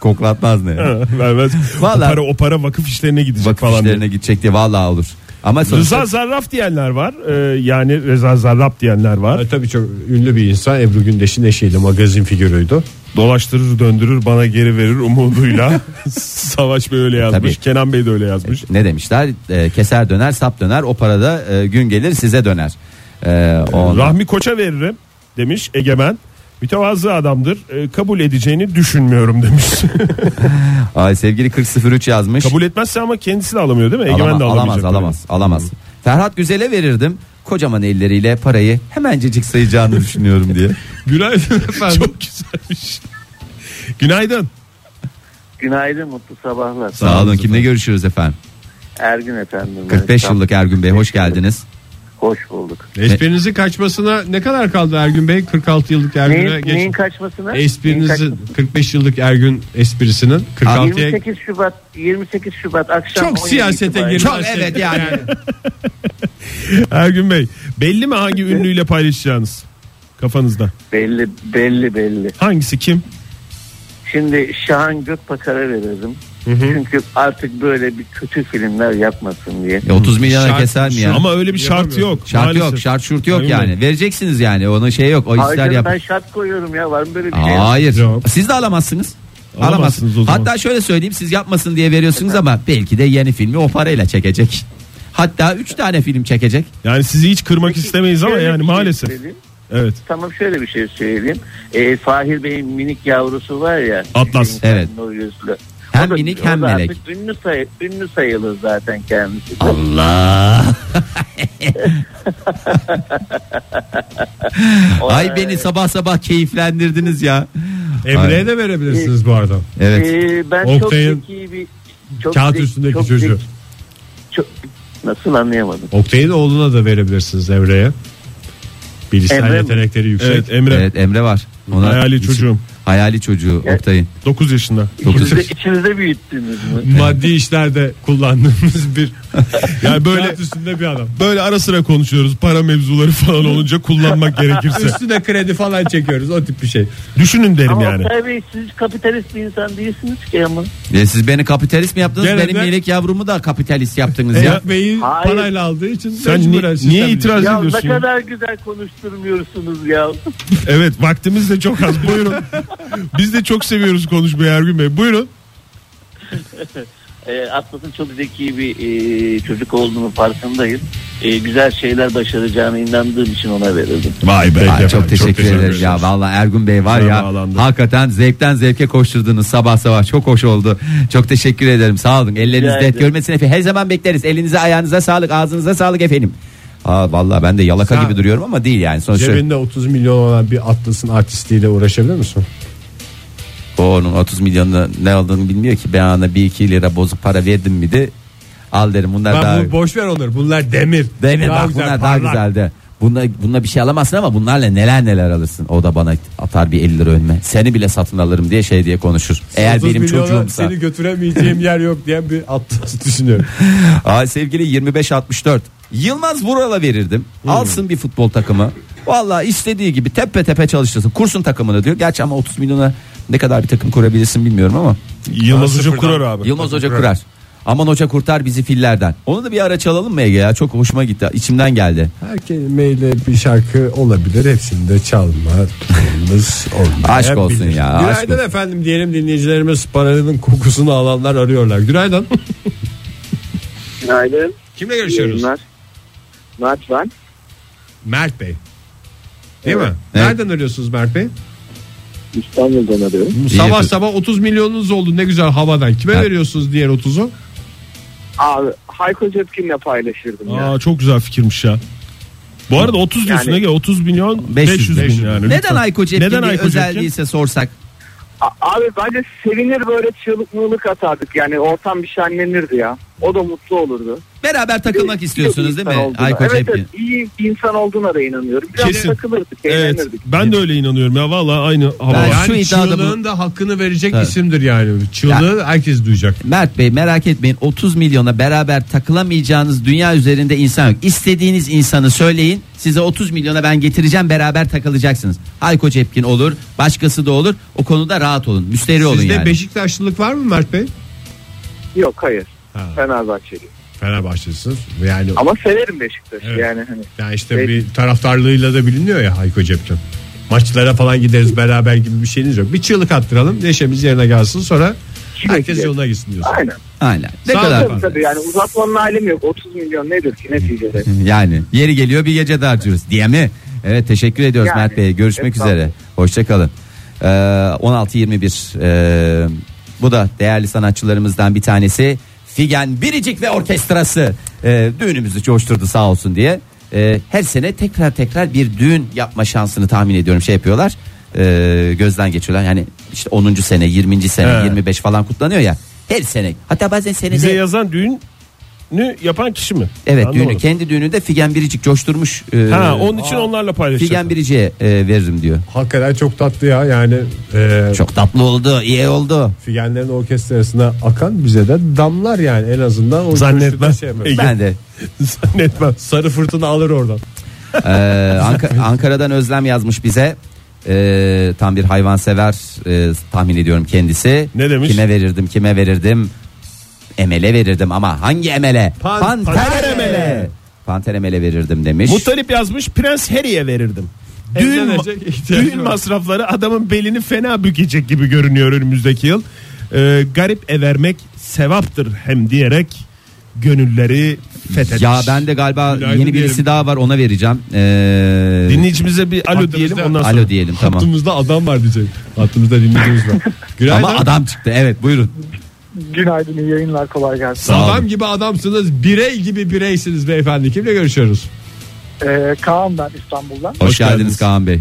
Speaker 3: Koklatmaz ne?
Speaker 4: Vermez.
Speaker 3: Vallahi-
Speaker 4: O para, o para vakıf işlerine gidecek
Speaker 3: Vakıf
Speaker 4: falan. diye.
Speaker 3: işlerine gidecek diye vallahi olur. Ama sonuçta
Speaker 4: Rıza Zarraf diyenler var. Ee, yani Rıza Zarraf diyenler var.
Speaker 2: E, Tabii çok ünlü bir insan Ebru Gündeş'in eşiydi magazin figürüydü.
Speaker 4: Dolaştırır döndürür bana geri verir umuduyla. Savaş Bey öyle yazmış.
Speaker 3: Tabii.
Speaker 4: Kenan Bey de öyle yazmış.
Speaker 3: ne demişler Ee, keser döner sap döner o parada e, gün gelir size döner. Ee, ondan-
Speaker 4: Rahmi Koç'a veririm demiş Egemen. Mütevazı adamdır. Ee, kabul edeceğini düşünmüyorum demiş.
Speaker 3: Ay sevgili 4003 yazmış.
Speaker 4: kabul etmezse ama kendisi de alamıyor değil mi? Egemen
Speaker 3: Alama-
Speaker 4: de alamayacak.
Speaker 3: alamaz alamaz alamaz. Ferhat Güzel'e verirdim kocaman elleriyle parayı hemencecik sayacağını düşünüyorum diye.
Speaker 4: Günaydın efendim. Çok güzelmiş. Günaydın.
Speaker 6: Günaydın mutlu sabahlar.
Speaker 3: Sağ olun kimle görüşüyoruz efendim?
Speaker 6: Ergün efendim.
Speaker 3: 45
Speaker 6: Ben-
Speaker 3: yıllık Ergün Bey hoş geldiniz.
Speaker 6: Hoş bulduk.
Speaker 2: Esprinizin kaçmasına ne kadar kaldı Ergün Bey? 46 yıllık Ergün'e
Speaker 6: Neyin, neyin
Speaker 2: geç.
Speaker 6: kaçmasına? Neyin
Speaker 2: Esprinizin
Speaker 6: kaçmasına?
Speaker 2: 45 yıllık Ergün esprisinin 46'ya
Speaker 6: 28 Şubat 28 Şubat akşam
Speaker 2: Çok
Speaker 6: 17
Speaker 2: siyasete
Speaker 6: itibariyle-
Speaker 2: girdi.
Speaker 3: Çok evet yani.
Speaker 4: Ergün Bey belli mi hangi ünlüyle paylaşacağınız kafanızda?
Speaker 6: Belli belli belli.
Speaker 4: Hangisi kim?
Speaker 6: Şimdi Şahan Gökbakar'a verirdim. Çünkü artık böyle bir kötü filmler yapmasın diye.
Speaker 3: Ya 30 E, milyona
Speaker 2: Şart-
Speaker 3: keser mi yani?
Speaker 4: Ama öyle bir şart
Speaker 2: Yapamıyorum.
Speaker 4: yok.
Speaker 3: şart
Speaker 4: maalesef.
Speaker 3: yok şart şurt yok
Speaker 4: Ergün Bey.
Speaker 3: yani. Vereceksiniz yani onun şey yok o
Speaker 6: Hayır
Speaker 3: ister
Speaker 6: canım,
Speaker 3: yap.
Speaker 6: ben şart koyuyorum ya var mı böyle bir şey?
Speaker 3: Hayır.
Speaker 4: Yok.
Speaker 3: Siz de alamazsınız.
Speaker 4: Alamazsınız
Speaker 3: Alamazsınız.
Speaker 4: o zaman.
Speaker 3: Hatta şöyle söyleyeyim siz yapmasın diye veriyorsunuz ama belki de yeni filmi o parayla çekecek. Hatta 3 tane film çekecek.
Speaker 4: Yani sizi hiç kırmak istemeyiz ama
Speaker 6: Şöyle bir
Speaker 4: yani
Speaker 6: şey
Speaker 4: maalesef.
Speaker 6: söyleyeyim.
Speaker 4: Evet.
Speaker 6: Tamam şöyle bir şey söyleyeyim. Ee, Fahir Bey'in minik yavrusu var ya.
Speaker 4: Atlas.
Speaker 6: Bizim
Speaker 3: Evet.
Speaker 6: kendi o yüzlü.
Speaker 3: Hem
Speaker 6: O da-
Speaker 3: minik
Speaker 6: o da
Speaker 3: hem melek.
Speaker 6: Artık ünlü, say ünlü sayılır zaten kendisi.
Speaker 3: Allah. Ay beni sabah sabah keyiflendirdiniz ya.
Speaker 2: Emre'ye de verebilirsiniz bu arada.
Speaker 3: Evet.
Speaker 6: Ee, ben
Speaker 2: Oktay'ın
Speaker 6: çok zeki bir... Çok
Speaker 2: kağıt
Speaker 6: zeki-
Speaker 2: üstündeki
Speaker 6: çok
Speaker 2: çocuğu.
Speaker 6: zeki- çok- nasıl anlayamadım.
Speaker 2: Oktay'ın oğluna da verebilirsiniz Emre'ye. Bilişsel
Speaker 6: Emre mi?
Speaker 2: yetenekleri yüksek.
Speaker 4: Evet Emre.
Speaker 3: Evet Emre var.
Speaker 4: Hayali
Speaker 3: isim-
Speaker 4: çocuğum.
Speaker 3: Hayali çocuğu Oktay'ın.
Speaker 4: 9 yaşında.
Speaker 3: Dokuz-
Speaker 6: İçinizde, içinizde büyüttünüz mü?
Speaker 2: Maddi işlerde kullandığımız bir
Speaker 4: Yani böyle
Speaker 2: kağıt üstünde bir adam.
Speaker 4: böyle ara sıra konuşuyoruz. Para mevzuları falan olunca kullanmak gerekirse.
Speaker 2: Üstüne kredi falan çekiyoruz o tip bir şey.
Speaker 4: Düşünün derim
Speaker 6: Ama
Speaker 4: yani.
Speaker 6: Oktay Bey siz kapitalist bir insan değilsiniz ki ama.
Speaker 3: Ya siz beni kapitalist mi yaptınız?
Speaker 2: Gene
Speaker 3: Benim
Speaker 2: de-
Speaker 3: yelek yavrumu da kapitalist yaptınız ya.
Speaker 2: Yapmayı
Speaker 6: Hayır.
Speaker 2: parayla aldığı için
Speaker 4: Sen
Speaker 2: mecburen
Speaker 4: ni-
Speaker 2: sistem
Speaker 4: niye
Speaker 2: değil.
Speaker 4: itiraz
Speaker 6: Ya ne
Speaker 4: ediyorsun? ya?
Speaker 6: kadar güzel konuşturmuyorsunuz ya.
Speaker 4: Evet vaktimiz de çok az. Buyurun. Biz de çok seviyoruz konuşmayı Ergün Bey. Buyurun.
Speaker 6: E, Atlas'ın çok zeki bir e, çocuk olduğunu farkındayım. E, güzel şeyler başaracağına inandığım için ona verirdim.
Speaker 4: Vay be.
Speaker 3: Ay, çok teşekkür ederim ya. Valla Ergun Bey var
Speaker 4: Güzel
Speaker 3: ya
Speaker 4: bağlandı.
Speaker 3: hakikaten zevkten zevke koşturdunuz sabah sabah. Çok hoş oldu. Çok teşekkür ederim. Sağ olun. Elleriniz
Speaker 6: Rica
Speaker 3: dert
Speaker 6: ederim.
Speaker 3: görmesin efendim. Her zaman bekleriz. Elinize ayağınıza sağlık. Ağzınıza sağlık efendim. Aa, vallahi ben de yalaka
Speaker 2: Sen-
Speaker 3: gibi duruyorum ama değil yani. Sonuçta
Speaker 2: Cebinde 30 milyon olan bir Atlas'ın artistiyle uğraşabilir misin?
Speaker 3: o onun 30 milyonun ne olduğunu bilmiyor ki. Ben ona 1-2 lira bozuk para verdim mi de al derim. Bunlar daha...
Speaker 2: bu boş ver onları. Bunlar demir.
Speaker 3: Değil mi? Bak bunlar daha
Speaker 2: parlak.
Speaker 3: güzeldi. Bunla, bununla bir şey alamazsın ama bunlarla neler neler alırsın. O da bana atar bir 50 lira önüme. Seni bile satın alırım diye şey diye konuşur. Eğer
Speaker 2: 30
Speaker 3: benim
Speaker 2: milyona
Speaker 3: çocuğumsa.
Speaker 2: seni götüremeyeceğim yer yok diyen bir Atlas düşünüyorum.
Speaker 3: Aa, sevgili 2564. Yılmaz Vural'a verirdim. Alsın bir futbol takımı. Vallahi istediği gibi tepe tepe çalıştırsın. Kursun takımını diyor. Gerçi ama 30 milyona ne kadar bir takım kurabilirsin bilmiyorum ama.
Speaker 4: Yılmaz Hoca
Speaker 2: Sıfırdan.
Speaker 4: kurar abi.
Speaker 3: Yılmaz Hoca kurar. Aman hoca kurtar bizi fillerden. Onu da bir ara çalalım mı Ege ya? Çok hoşuma gitti. İçimden geldi.
Speaker 2: Her kelimeyle bir şarkı olabilir. Hepsini de çalma durumumuz olmayabilir.
Speaker 3: Aşk olsun ya, aşk
Speaker 2: Günaydın efendim diyelim dinleyicilerimiz paranın kokusunu alanlar arıyorlar. Günaydın.
Speaker 5: Günaydın.
Speaker 2: Kimle
Speaker 6: Ee,
Speaker 5: Mert ben.
Speaker 2: Mert Bey. Değil mi?
Speaker 3: Evet.
Speaker 2: Nereden arıyorsunuz Mert Bey?
Speaker 5: İstanbul'dan arıyorum.
Speaker 2: sabah
Speaker 3: yapın.
Speaker 2: sabah 30 milyonunuz oldu ne güzel havadan. Kime
Speaker 3: Evet.
Speaker 2: veriyorsunuz diğer 30'u?
Speaker 5: Abi Hayko Cepkin'le paylaşırdım ya.
Speaker 4: Aa, çok güzel fikirmiş ya. Bu arada 30 diyorsun
Speaker 5: Yani-
Speaker 4: Ege 30 milyon
Speaker 3: 500
Speaker 4: 500, bin yani.
Speaker 3: Neden Ayko Cepkin
Speaker 4: Neden
Speaker 3: bir
Speaker 4: Ayko
Speaker 3: özel
Speaker 4: Cepkin?
Speaker 3: değilse sorsak.
Speaker 5: A- abi bence sevinir böyle çığlık mığlık atardık. Yani ortam bir şenlenirdi ya. O da mutlu olurdu.
Speaker 3: Beraber takılmak istiyorsunuz değil
Speaker 5: İnsan
Speaker 3: mi?
Speaker 5: olduğuna.
Speaker 3: Ayko
Speaker 5: evet,
Speaker 3: Cepkin.
Speaker 5: evet iyi bir insan olduğuna da inanıyorum. Biraz
Speaker 4: Kesin.
Speaker 5: takılırdık,
Speaker 4: Evet.
Speaker 5: eğlenirdik.
Speaker 4: Ben de öyle inanıyorum ya. Vallahi aynı hava.
Speaker 3: Ben-
Speaker 4: var.
Speaker 3: şu
Speaker 2: Yani
Speaker 3: iddiada
Speaker 2: çığlığın da hakkını verecek
Speaker 3: Evet.
Speaker 2: isimdir yani. Çığlığı herkes duyacak.
Speaker 3: Mert Bey merak etmeyin 30 milyona beraber takılamayacağınız dünya üzerinde insan yok. İstediğiniz insanı söyleyin size 30 milyona ben getireceğim beraber takılacaksınız. Ayko Cepkin olur başkası da olur o konuda rahat olun müsteri olun
Speaker 2: Sizde
Speaker 3: yani.
Speaker 2: Beşiktaşlılık var mı Mert Bey?
Speaker 5: Yok hayır.
Speaker 2: Ha.
Speaker 5: Fenerbahçeli.
Speaker 2: Fenerbahçe'siniz. Yani
Speaker 5: Ama severim Beşiktaş'ı
Speaker 2: Evet.
Speaker 5: yani hani.
Speaker 2: Ya işte bir taraftarlığıyla da biliniyor ya Hayko Cepkin. Maçlara falan gideriz beraber gibi bir şeyiniz yok. Bir çığlık attıralım neşemiz yerine gelsin sonra herkes
Speaker 5: gidecek?
Speaker 2: yoluna gitsin diyorsun.
Speaker 5: Aynen.
Speaker 3: Aynen. Ne
Speaker 2: Sağ
Speaker 3: kadar
Speaker 2: olun.
Speaker 5: Tabii, tabii yani uzatmanın alemi yok. 30 milyon nedir ki neticede?
Speaker 3: yani yeri geliyor bir gece de harcıyoruz diye mi? Evet teşekkür ediyoruz
Speaker 5: Yani.
Speaker 3: Mert Bey görüşmek
Speaker 5: Estağfurullah.
Speaker 3: üzere hoşçakalın. Ee, 16.21 ee, bu da değerli sanatçılarımızdan bir tanesi Figen Biricik ve Orkestrası Ee, düğünümüzü coşturdu sağ olsun diye. Ee, her sene tekrar tekrar bir düğün yapma şansını tahmin ediyorum şey yapıyorlar Ee, gözden geçiyorlar yani işte 10. sene 20. sene
Speaker 4: He.
Speaker 3: 25 falan kutlanıyor ya her sene hatta bazen senede
Speaker 4: Bize yazan düğünü yapan kişi mi?
Speaker 3: Evet
Speaker 4: Anlamadım.
Speaker 3: düğünü kendi düğününde Figen Biricik coşturmuş. e,
Speaker 4: Ha onun için onlarla paylaşacak.
Speaker 3: Figen Biricik'e e, veririm diyor.
Speaker 2: Hakikaten çok tatlı ya yani e,
Speaker 3: Çok tatlı oldu, iyi oldu.
Speaker 2: figenlerin orkestrasına akan bize de damlar yani en azından. O
Speaker 4: Zannetmem.
Speaker 2: şey yapıyor.
Speaker 3: Ben de.
Speaker 4: Zannetmem.
Speaker 2: Sarı fırtına alır oradan.
Speaker 3: Ee, Anka- Ankara'dan Özlem yazmış bize. Ee, tam bir hayvansever e, tahmin ediyorum kendisi.
Speaker 4: Ne demiş?
Speaker 3: Kime verirdim, kime verirdim? Emele verirdim ama hangi emele?
Speaker 2: Pan-
Speaker 3: Panter emele. Panter emele verirdim demiş.
Speaker 4: Mutalip yazmış Prens Harry'e verirdim. Düğün,
Speaker 2: Evlenecek
Speaker 4: ma-
Speaker 2: ihtiyacı
Speaker 4: düğün
Speaker 2: var.
Speaker 4: masrafları adamın belini fena bükecek gibi görünüyor önümüzdeki yıl. Ee, garip ev vermek sevaptır hem diyerek gönülleri fethetmiş.
Speaker 3: ya ben de galiba
Speaker 4: Günaydın
Speaker 3: yeni birisi
Speaker 4: diyelim.
Speaker 3: daha var ona vereceğim. Ee,
Speaker 4: Dinleyicimize bir alo diyelim ondan sonra.
Speaker 3: Alo diyelim tamam.
Speaker 2: Hattımızda adam var diyecek. Hattımızda dinleyicimiz var. Günaydın.
Speaker 3: Ama adam çıktı evet buyurun.
Speaker 7: Günaydın iyi yayınlar kolay gelsin.
Speaker 3: Sağ olun.
Speaker 2: Adam gibi adamsınız. Birey gibi bireysiniz beyefendi. Kimle görüşüyoruz?
Speaker 7: Ee, Kaan ben İstanbul'dan.
Speaker 3: Hoş,
Speaker 4: Hoş
Speaker 3: geldiniz.
Speaker 4: geldiniz.
Speaker 3: Kaan Bey.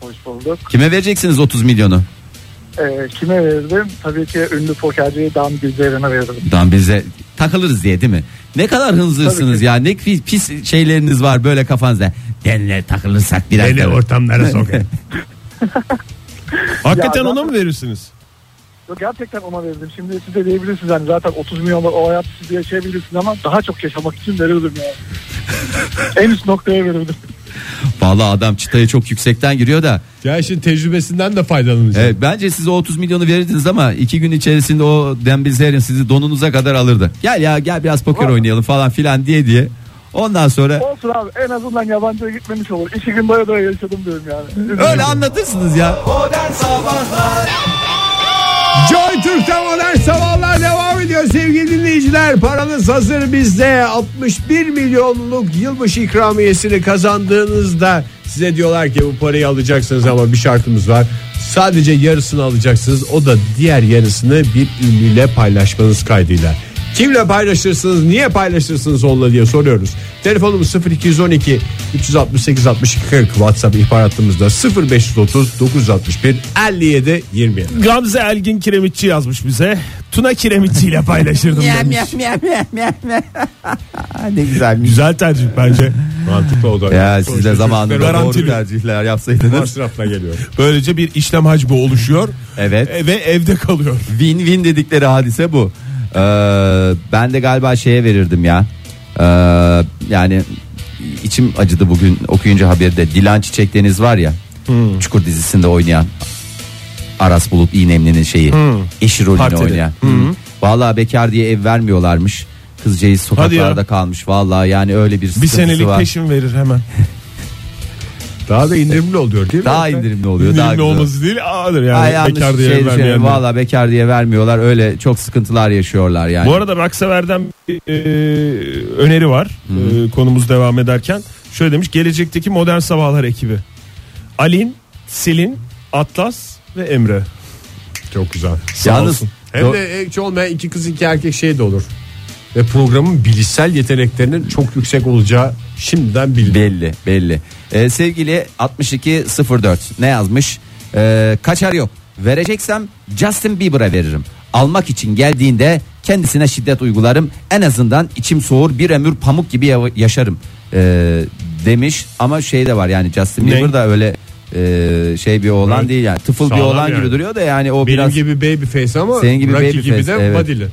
Speaker 7: Hoş bulduk.
Speaker 3: Kime vereceksiniz 30 milyonu?
Speaker 7: Ee, kime verirdim? Tabii ki ünlü pokerci Dan Gülceren'e verirdim.
Speaker 3: Dan bize takılırız diye değil mi? Ne kadar hınzırsınız ya. Ne pis, pis şeyleriniz var böyle kafanızda. Denle takılırsak bir
Speaker 8: Beni
Speaker 3: dakika.
Speaker 8: ortamlara sokun.
Speaker 4: Hakikaten
Speaker 7: Ya
Speaker 4: ona mı verirsiniz?
Speaker 7: Yok, gerçekten ona verirdim. Şimdi siz de diyebilirsiniz yani zaten 30 milyon var o hayatı siz de yaşayabilirsiniz ama daha çok yaşamak için verirdim yani. en üst noktaya verirdim.
Speaker 3: Vallahi adam çıtaya çok yüksekten giriyor da.
Speaker 8: ya şimdi tecrübesinden de faydalanacak.
Speaker 3: Evet, bence size o 30 milyonu verirdiniz ama iki gün içerisinde o Dembélé sizi donunuza kadar alırdı. Gel ya gel biraz poker oynayalım falan filan diye diye. Ondan sonra
Speaker 7: Olsun abi en azından yabancıya gitmemiş olur. İki gün doya doya yaşadım diyorum yani.
Speaker 3: öyle anlatırsınız ya.
Speaker 2: Joy Türk'te modern sabahlar devam ediyor sevgili dinleyiciler. Paranız hazır bizde. 61 milyonluk yılbaşı ikramiyesini kazandığınızda size diyorlar ki bu parayı alacaksınız ama bir şartımız var. Sadece yarısını alacaksınız. O da diğer yarısını bir ünlüyle paylaşmanız kaydıyla. Kimle paylaşırsınız, niye paylaşırsınız onunla diye soruyoruz. Telefonumuz 0212 368 62 40 WhatsApp ihbar hattımızda 0530 961 57 27.
Speaker 4: Gamze Elgin Kiremitçi yazmış bize. Tuna Kiremitçi ile paylaşırdım demiş.
Speaker 3: ne güzelmiş.
Speaker 4: Güzel tercih bence.
Speaker 2: Mantıklı o da.
Speaker 3: Ya siz de zamanında
Speaker 4: Garantili.
Speaker 3: doğru tercihler yapsaydınız.
Speaker 2: Masrafla geliyor.
Speaker 4: Böylece bir işlem hacmi oluşuyor
Speaker 3: Evet.
Speaker 4: e, ve evde kalıyor.
Speaker 3: Win win dedikleri hadise bu. Ee, ben de galiba şeye verirdim ya. Ee, yani içim acıdı bugün okuyunca haberde. Dilan Çiçek Deniz var ya.
Speaker 4: Hmm.
Speaker 3: Çukur dizisinde oynayan. Aras Bulut İynemli'nin şeyi. Eşi rolünü
Speaker 4: Hmm. Partide. Hmm.
Speaker 3: oynayan. Hmm. Vallahi bekar diye ev vermiyorlarmış. Kızcağız
Speaker 4: Hadi
Speaker 3: sokaklarda
Speaker 4: ya.
Speaker 3: kalmış. Vallahi yani öyle bir
Speaker 4: Bir
Speaker 3: sıkıntısı
Speaker 4: senelik
Speaker 3: var.
Speaker 4: peşin verir hemen.
Speaker 2: Daha da indirimli oluyor değil mi?
Speaker 3: Daha indirimli oluyor.
Speaker 4: Ünlü
Speaker 3: daha güzel.
Speaker 4: olması değil ağır yani.
Speaker 3: Ay, yanlış
Speaker 4: Bekar diye
Speaker 3: şey
Speaker 4: vermeyenler.
Speaker 3: düşünüyorum. Vallahi bekar diye vermiyorlar. Öyle çok sıkıntılar yaşıyorlar yani.
Speaker 4: Bu arada Raksever'den bir e, öneri var E, konumuz devam ederken. Şöyle demiş gelecekteki modern sabahlar ekibi. Alin, Selin, Atlas ve Emre.
Speaker 2: Çok güzel.
Speaker 3: Yalnız
Speaker 4: olsun.
Speaker 2: Hem de hiç olmayan iki kız iki erkek şey de olur. Ve programın bilişsel yeteneklerinin çok yüksek olacağı şimdiden bildi.
Speaker 3: Belli belli. Ee, sevgili 6204 ne yazmış? Ee, kaçar yok. Vereceksem Justin Bieber'a veririm. Almak için geldiğinde kendisine şiddet uygularım. En azından içim soğur bir ömür pamuk gibi ya- yaşarım. Ee, demiş ama şey de var yani Justin
Speaker 4: Ne?
Speaker 3: Bieber da öyle e, şey bir oğlan
Speaker 2: Evet.
Speaker 3: değil yani tıfıl bir
Speaker 2: Sağlam
Speaker 3: oğlan
Speaker 2: yani.
Speaker 3: gibi duruyor da yani o
Speaker 2: Benim
Speaker 3: biraz
Speaker 2: gibi baby face ama
Speaker 3: Senin gibi
Speaker 2: gibi Rocky
Speaker 3: baby
Speaker 2: gibi
Speaker 3: face,
Speaker 2: de
Speaker 3: evet.
Speaker 2: badili.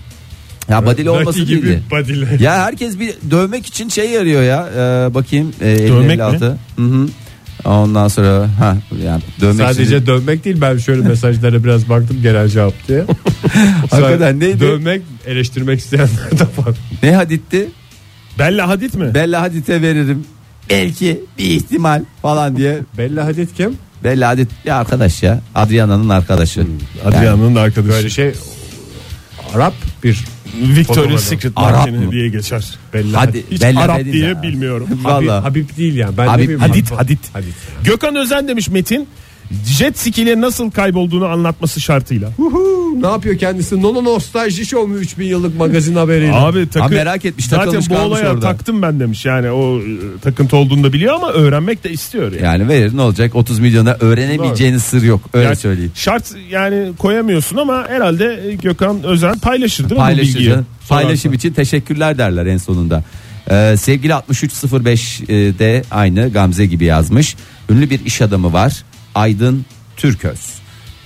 Speaker 3: ya badili olması
Speaker 2: Rocky gibi
Speaker 3: değildi.
Speaker 2: badili.
Speaker 3: Ya herkes bir dövmek için şey yarıyor ya. Ee, bakayım e,
Speaker 4: Dövmek
Speaker 3: 56. Hı hı. Ondan sonra ha yani dövmek
Speaker 2: Sadece
Speaker 3: için.
Speaker 2: dövmek değil ben şöyle mesajlara biraz baktım genel cevap diye.
Speaker 3: Hakikaten neydi?
Speaker 2: Dövmek eleştirmek isteyenler de var.
Speaker 3: Ne haditti?
Speaker 4: Bella Hadid mi?
Speaker 3: Bella Hadid'e veririm. Belki bir ihtimal falan diye.
Speaker 2: Bella Hadid kim?
Speaker 3: Bella Hadid ya arkadaş ya. Adriana'nın arkadaşı.
Speaker 4: Adriana'nın arkadaşı.
Speaker 2: Böyle şey Arap bir
Speaker 4: Victoria's
Speaker 2: Fotoğrafı.
Speaker 4: Secret
Speaker 3: Arap
Speaker 4: Martin'i
Speaker 3: mı?
Speaker 4: diye geçer. Bella
Speaker 3: Hadi,
Speaker 4: Hadid. Hiç
Speaker 3: Bella
Speaker 4: Arap
Speaker 3: Hadid
Speaker 4: diye
Speaker 3: ya.
Speaker 4: bilmiyorum.
Speaker 2: Habib,
Speaker 3: Vallahi.
Speaker 2: Habib değil yani. Ben
Speaker 3: Habib-
Speaker 2: de bilmiyorum.
Speaker 4: Hadid Hadid.
Speaker 2: Hadid.
Speaker 4: Gökhan Özen demiş Metin. Jet ski ile nasıl kaybolduğunu anlatması şartıyla.
Speaker 2: Ne yapıyor kendisi? Nono Nostalji Show mu 3000 yıllık magazin haberiyle?
Speaker 4: Abi takı,
Speaker 3: Ha, merak etmiş,
Speaker 4: Zaten
Speaker 3: takılmış
Speaker 4: bu
Speaker 3: kalmış
Speaker 4: olaya
Speaker 3: orada.
Speaker 4: taktım ben demiş. Yani o e, takıntı olduğunu da biliyor ama öğrenmek de istiyor. Yani.
Speaker 3: Yani verir ne olacak 30 milyona öğrenemeyeceğiniz sır yok öyle
Speaker 4: Yani
Speaker 3: söyleyeyim.
Speaker 4: Şart yani koyamıyorsun ama herhalde e, Gökhan Özen paylaşır değil mi bu
Speaker 3: Paylaşır
Speaker 4: bilgiyi?
Speaker 3: canım. Paylaşım için teşekkürler derler en sonunda. Ee, sevgili 6305 e, de aynı Gamze gibi yazmış. Ünlü bir iş adamı var. Aydın Türköz.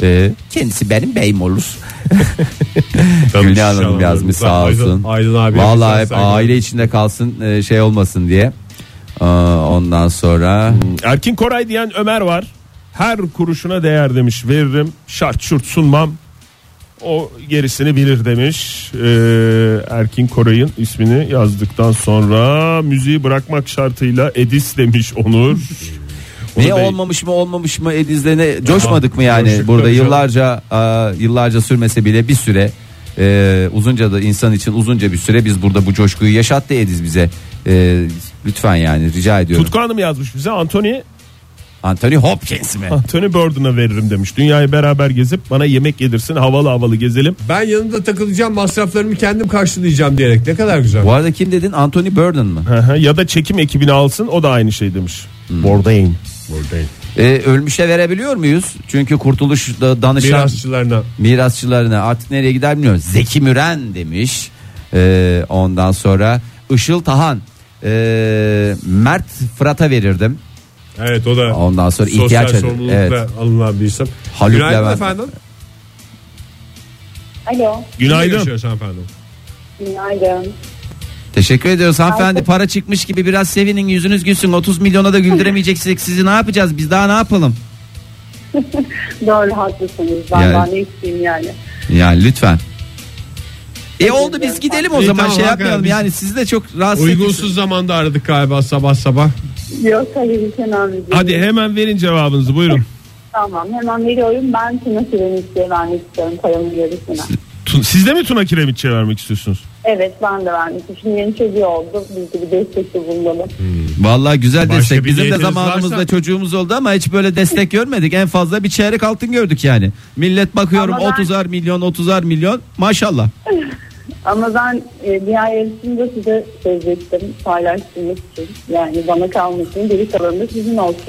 Speaker 3: Ee, kendisi benim beyim olur. Gülne Hanım yazmış sağ olsun.
Speaker 2: Aydın, Aydın abi.
Speaker 3: Vallahi hep
Speaker 2: Sen saygı-
Speaker 3: aile içinde kalsın e, şey olmasın diye. Ee, Ondan sonra
Speaker 4: Hmm. Erkin Koray diyen Ömer var. Her kuruşuna değer demiş. Veririm. Şart şurt sunmam. O gerisini bilir demiş. Ee, Erkin Koray'ın ismini yazdıktan sonra müziği bırakmak şartıyla Edis demiş Onur. Onur
Speaker 3: niye
Speaker 4: Bey,
Speaker 3: olmamış mı olmamış mı Edizlerine coşmadık mı yani
Speaker 2: coştuk
Speaker 3: burada
Speaker 2: tabii canım.
Speaker 3: yıllarca a, yıllarca sürmese bile bir süre e, uzunca da insan için uzunca bir süre biz burada bu coşkuyu yaşattı Ediz bize. E, lütfen yani rica ediyorum.
Speaker 4: Tutku Hanım yazmış bize Anthony
Speaker 3: Anthony Hopkins
Speaker 2: Ah.
Speaker 3: mi?
Speaker 4: Anthony Burden'a veririm demiş. Dünyayı beraber gezip bana yemek yedirsin havalı havalı gezelim.
Speaker 2: Ben yanında takılacağım masraflarımı kendim karşılayacağım diyerek ne kadar güzel.
Speaker 3: Bu arada kim dedin Anthony Burden mı?
Speaker 4: Hı hı. ya da çekim ekibini alsın o da aynı şey demiş. Bourdain. Bourdain.
Speaker 3: E, ölmüşe verebiliyor muyuz? Çünkü kurtuluşta danışan
Speaker 2: Mirasçılarına.
Speaker 3: mirasçılarına artık nereye gider bilmiyorum. Zeki Müren demiş. Ee, E, ondan sonra Işıl Tahan, e, Mert Fırat'a verirdim.
Speaker 8: Evet o da
Speaker 3: Ondan sonra
Speaker 8: sosyal
Speaker 3: ihtiyaç
Speaker 8: sorumlulukla
Speaker 3: Evet.
Speaker 8: alınan bir isim.
Speaker 3: Haluk
Speaker 8: Günaydın
Speaker 3: Levent.
Speaker 8: efendim.
Speaker 9: Alo,
Speaker 8: Kimle
Speaker 4: Günaydın.
Speaker 8: görüşüyoruz efendim?
Speaker 9: günaydın.
Speaker 3: Teşekkür ediyoruz hanımefendi. Para çıkmış gibi biraz sevinin yüzünüz gülsün. 30 milyona da güldüremeyeceksek sizi ne yapacağız? Biz daha ne yapalım?
Speaker 9: Doğru haklısınız. Ben
Speaker 3: Yani-
Speaker 9: daha ne isteyeyim yani.
Speaker 3: Yani lütfen. E oldu biz gidelim o
Speaker 8: İyi,
Speaker 3: zaman
Speaker 8: tamam,
Speaker 3: şey
Speaker 8: hakikaten
Speaker 3: yapmayalım.
Speaker 8: biz-
Speaker 3: Yani sizi de çok rahatsız ediyorsunuz.
Speaker 8: Uygunsuz zamanda aradık galiba sabah sabah.
Speaker 9: Yok hayır hiç önemli değil.
Speaker 4: Hadi hemen verin cevabınızı buyurun.
Speaker 9: Tamam hemen veriyorum. Ben Tuna Kiremitçi'ye vermek istiyorum paramın yarısını.
Speaker 4: Tun- Siz de mi Tuna Kiremitçi'ye vermek istiyorsunuz?
Speaker 9: Evet ben de vermek için yeni çocuğu oldu. Biz de bir destekte bulunalım.
Speaker 3: Vallahi güzel
Speaker 8: Başka
Speaker 3: destek.
Speaker 8: bir
Speaker 3: Bizim de
Speaker 8: niyetiniz
Speaker 3: zamanımızda
Speaker 8: varsa-
Speaker 3: çocuğumuz oldu ama hiç böyle destek görmedik. En fazla bir çeyrek altın gördük yani. Millet bakıyorum
Speaker 9: Ama ben-
Speaker 3: 30'ar milyon 30'ar milyon maşallah.
Speaker 9: Ama ben e, diğer yarısını da size sözleştim. Paylaştığınız için. Yani bana kalmasın. Geri kalanı da sizin olsun.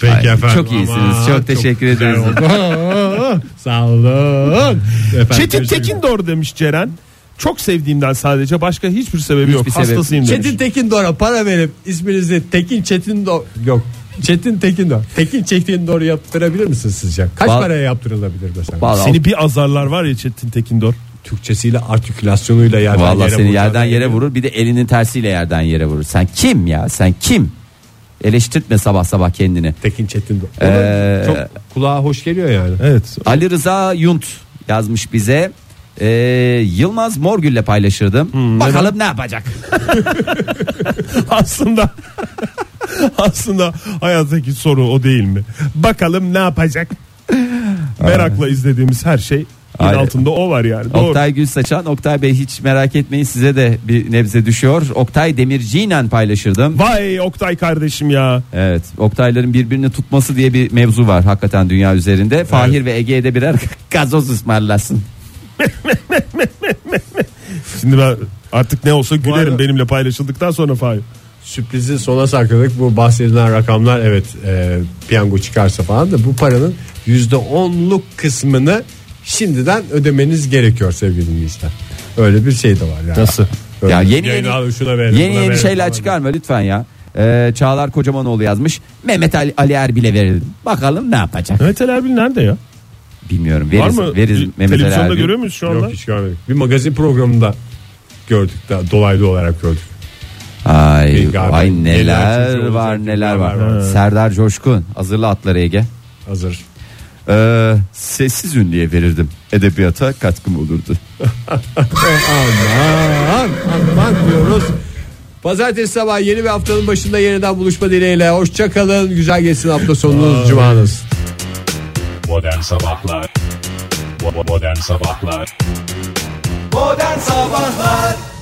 Speaker 8: Peki
Speaker 3: Ay,
Speaker 8: efendim.
Speaker 3: çok iyisiniz.
Speaker 8: Aman,
Speaker 3: Çok teşekkür
Speaker 8: güzel
Speaker 3: ederiz.
Speaker 8: oldu. Sağ olun. Efendim,
Speaker 4: Çetin
Speaker 8: görüşmek
Speaker 4: Tekin doğru demiş Ceren. Çok sevdiğimden sadece başka hiçbir sebebi yok.
Speaker 3: Hiçbir sebebi-
Speaker 4: Hastasıyım demiş.
Speaker 2: Çetin Tekin Dora para verip isminizi Tekin Çetin Do yok. Çetin Tekin Dora. Tekin Çetin Dora yaptırabilir misin sizce? Kaç
Speaker 3: Val-
Speaker 2: paraya yaptırılabilir mesela?
Speaker 3: Vallahi,
Speaker 4: Seni bir azarlar var ya Çetin Tekindor.
Speaker 2: Türkçesiyle artikülasyonuyla yerden
Speaker 3: vallahi
Speaker 2: yere
Speaker 3: seni
Speaker 2: vuracağım.
Speaker 3: yerden yere vurur bir de elinin tersiyle yerden yere vurur. Sen kim ya? Sen kim? Eleştirtme sabah sabah kendini.
Speaker 2: Tekin Çetin Dora. Onun
Speaker 3: Ee,
Speaker 2: Çok kulağa hoş geliyor yani.
Speaker 4: Evet.
Speaker 3: Ali Rıza Yunt yazmış bize. Ee, Yılmaz Morgül'le paylaşırdım.
Speaker 2: Hmm,
Speaker 3: Bakalım ne yapacak?
Speaker 4: Aslında aslında hayattaki soru o değil mi? Bakalım ne yapacak? Merakla izlediğimiz her şey in
Speaker 3: Aynen.
Speaker 4: altında o var yani. Doğru.
Speaker 3: Oktay Gül Saçan, Oktay Bey hiç merak etmeyin size de bir nebze düşüyor. Oktay Demirci'yle paylaşırdım.
Speaker 4: Vay Oktay kardeşim ya.
Speaker 3: Evet, Oktayların birbirini tutması diye bir mevzu var hakikaten dünya üzerinde. Fahir ve Ege'ye de birer gazoz ısmarlasın.
Speaker 4: Şimdi ben artık ne olsa gülerim
Speaker 2: arada-
Speaker 4: benimle paylaşıldıktan sonra Fahir.
Speaker 2: Sürprizi sona sakladık. Bu bahsedilen rakamlar evet e, piyango çıkarsa falan da bu paranın %10'luk kısmını şimdiden ödemeniz gerekiyor sevgili dinleyiciler. Öyle bir şey de var yani.
Speaker 4: Nasıl?
Speaker 2: Öyle.
Speaker 3: Ya yeni
Speaker 8: Yayını
Speaker 3: yeni,
Speaker 8: al, şuna verelim,
Speaker 3: yeni,
Speaker 8: buna
Speaker 3: yeni
Speaker 8: verelim
Speaker 3: şeyler
Speaker 8: falan.
Speaker 3: çıkarma lütfen ya. Ee, Çağlar Kocamanoğlu yazmış. Mehmet Ali, Ali Erbil'e verildim. Bakalım ne yapacak?
Speaker 4: Mehmet Ali Erbil nerede ya?
Speaker 3: Bilmiyorum. Veririz,
Speaker 4: var mı?
Speaker 3: veririz Mehmet Ali
Speaker 4: Televizyonda
Speaker 3: Erbil.
Speaker 4: görüyor muyuz şu anda?
Speaker 2: Yok hiç görmedik. Bir magazin programında gördük da dolaylı olarak gördük.
Speaker 3: Ay,
Speaker 2: Bir galiba
Speaker 3: ay
Speaker 2: yeni
Speaker 3: neler
Speaker 2: ertesi
Speaker 3: var
Speaker 2: olacak
Speaker 3: neler var.
Speaker 2: günler var.
Speaker 3: Serdar Coşkun hazırla atları Ege.
Speaker 2: Hazır.
Speaker 3: Ee, sessiz ünlüye verirdim. Edebiyata katkım olurdu.
Speaker 2: Aman aman diyoruz. Pazartesi sabah yeni bir haftanın başında yeniden buluşma dileğiyle. Hoşçakalın. Güzel geçsin hafta sonunuz. Cumanız.
Speaker 10: Modern Sabahlar Bo- Modern Sabahlar
Speaker 3: Modern Sabahlar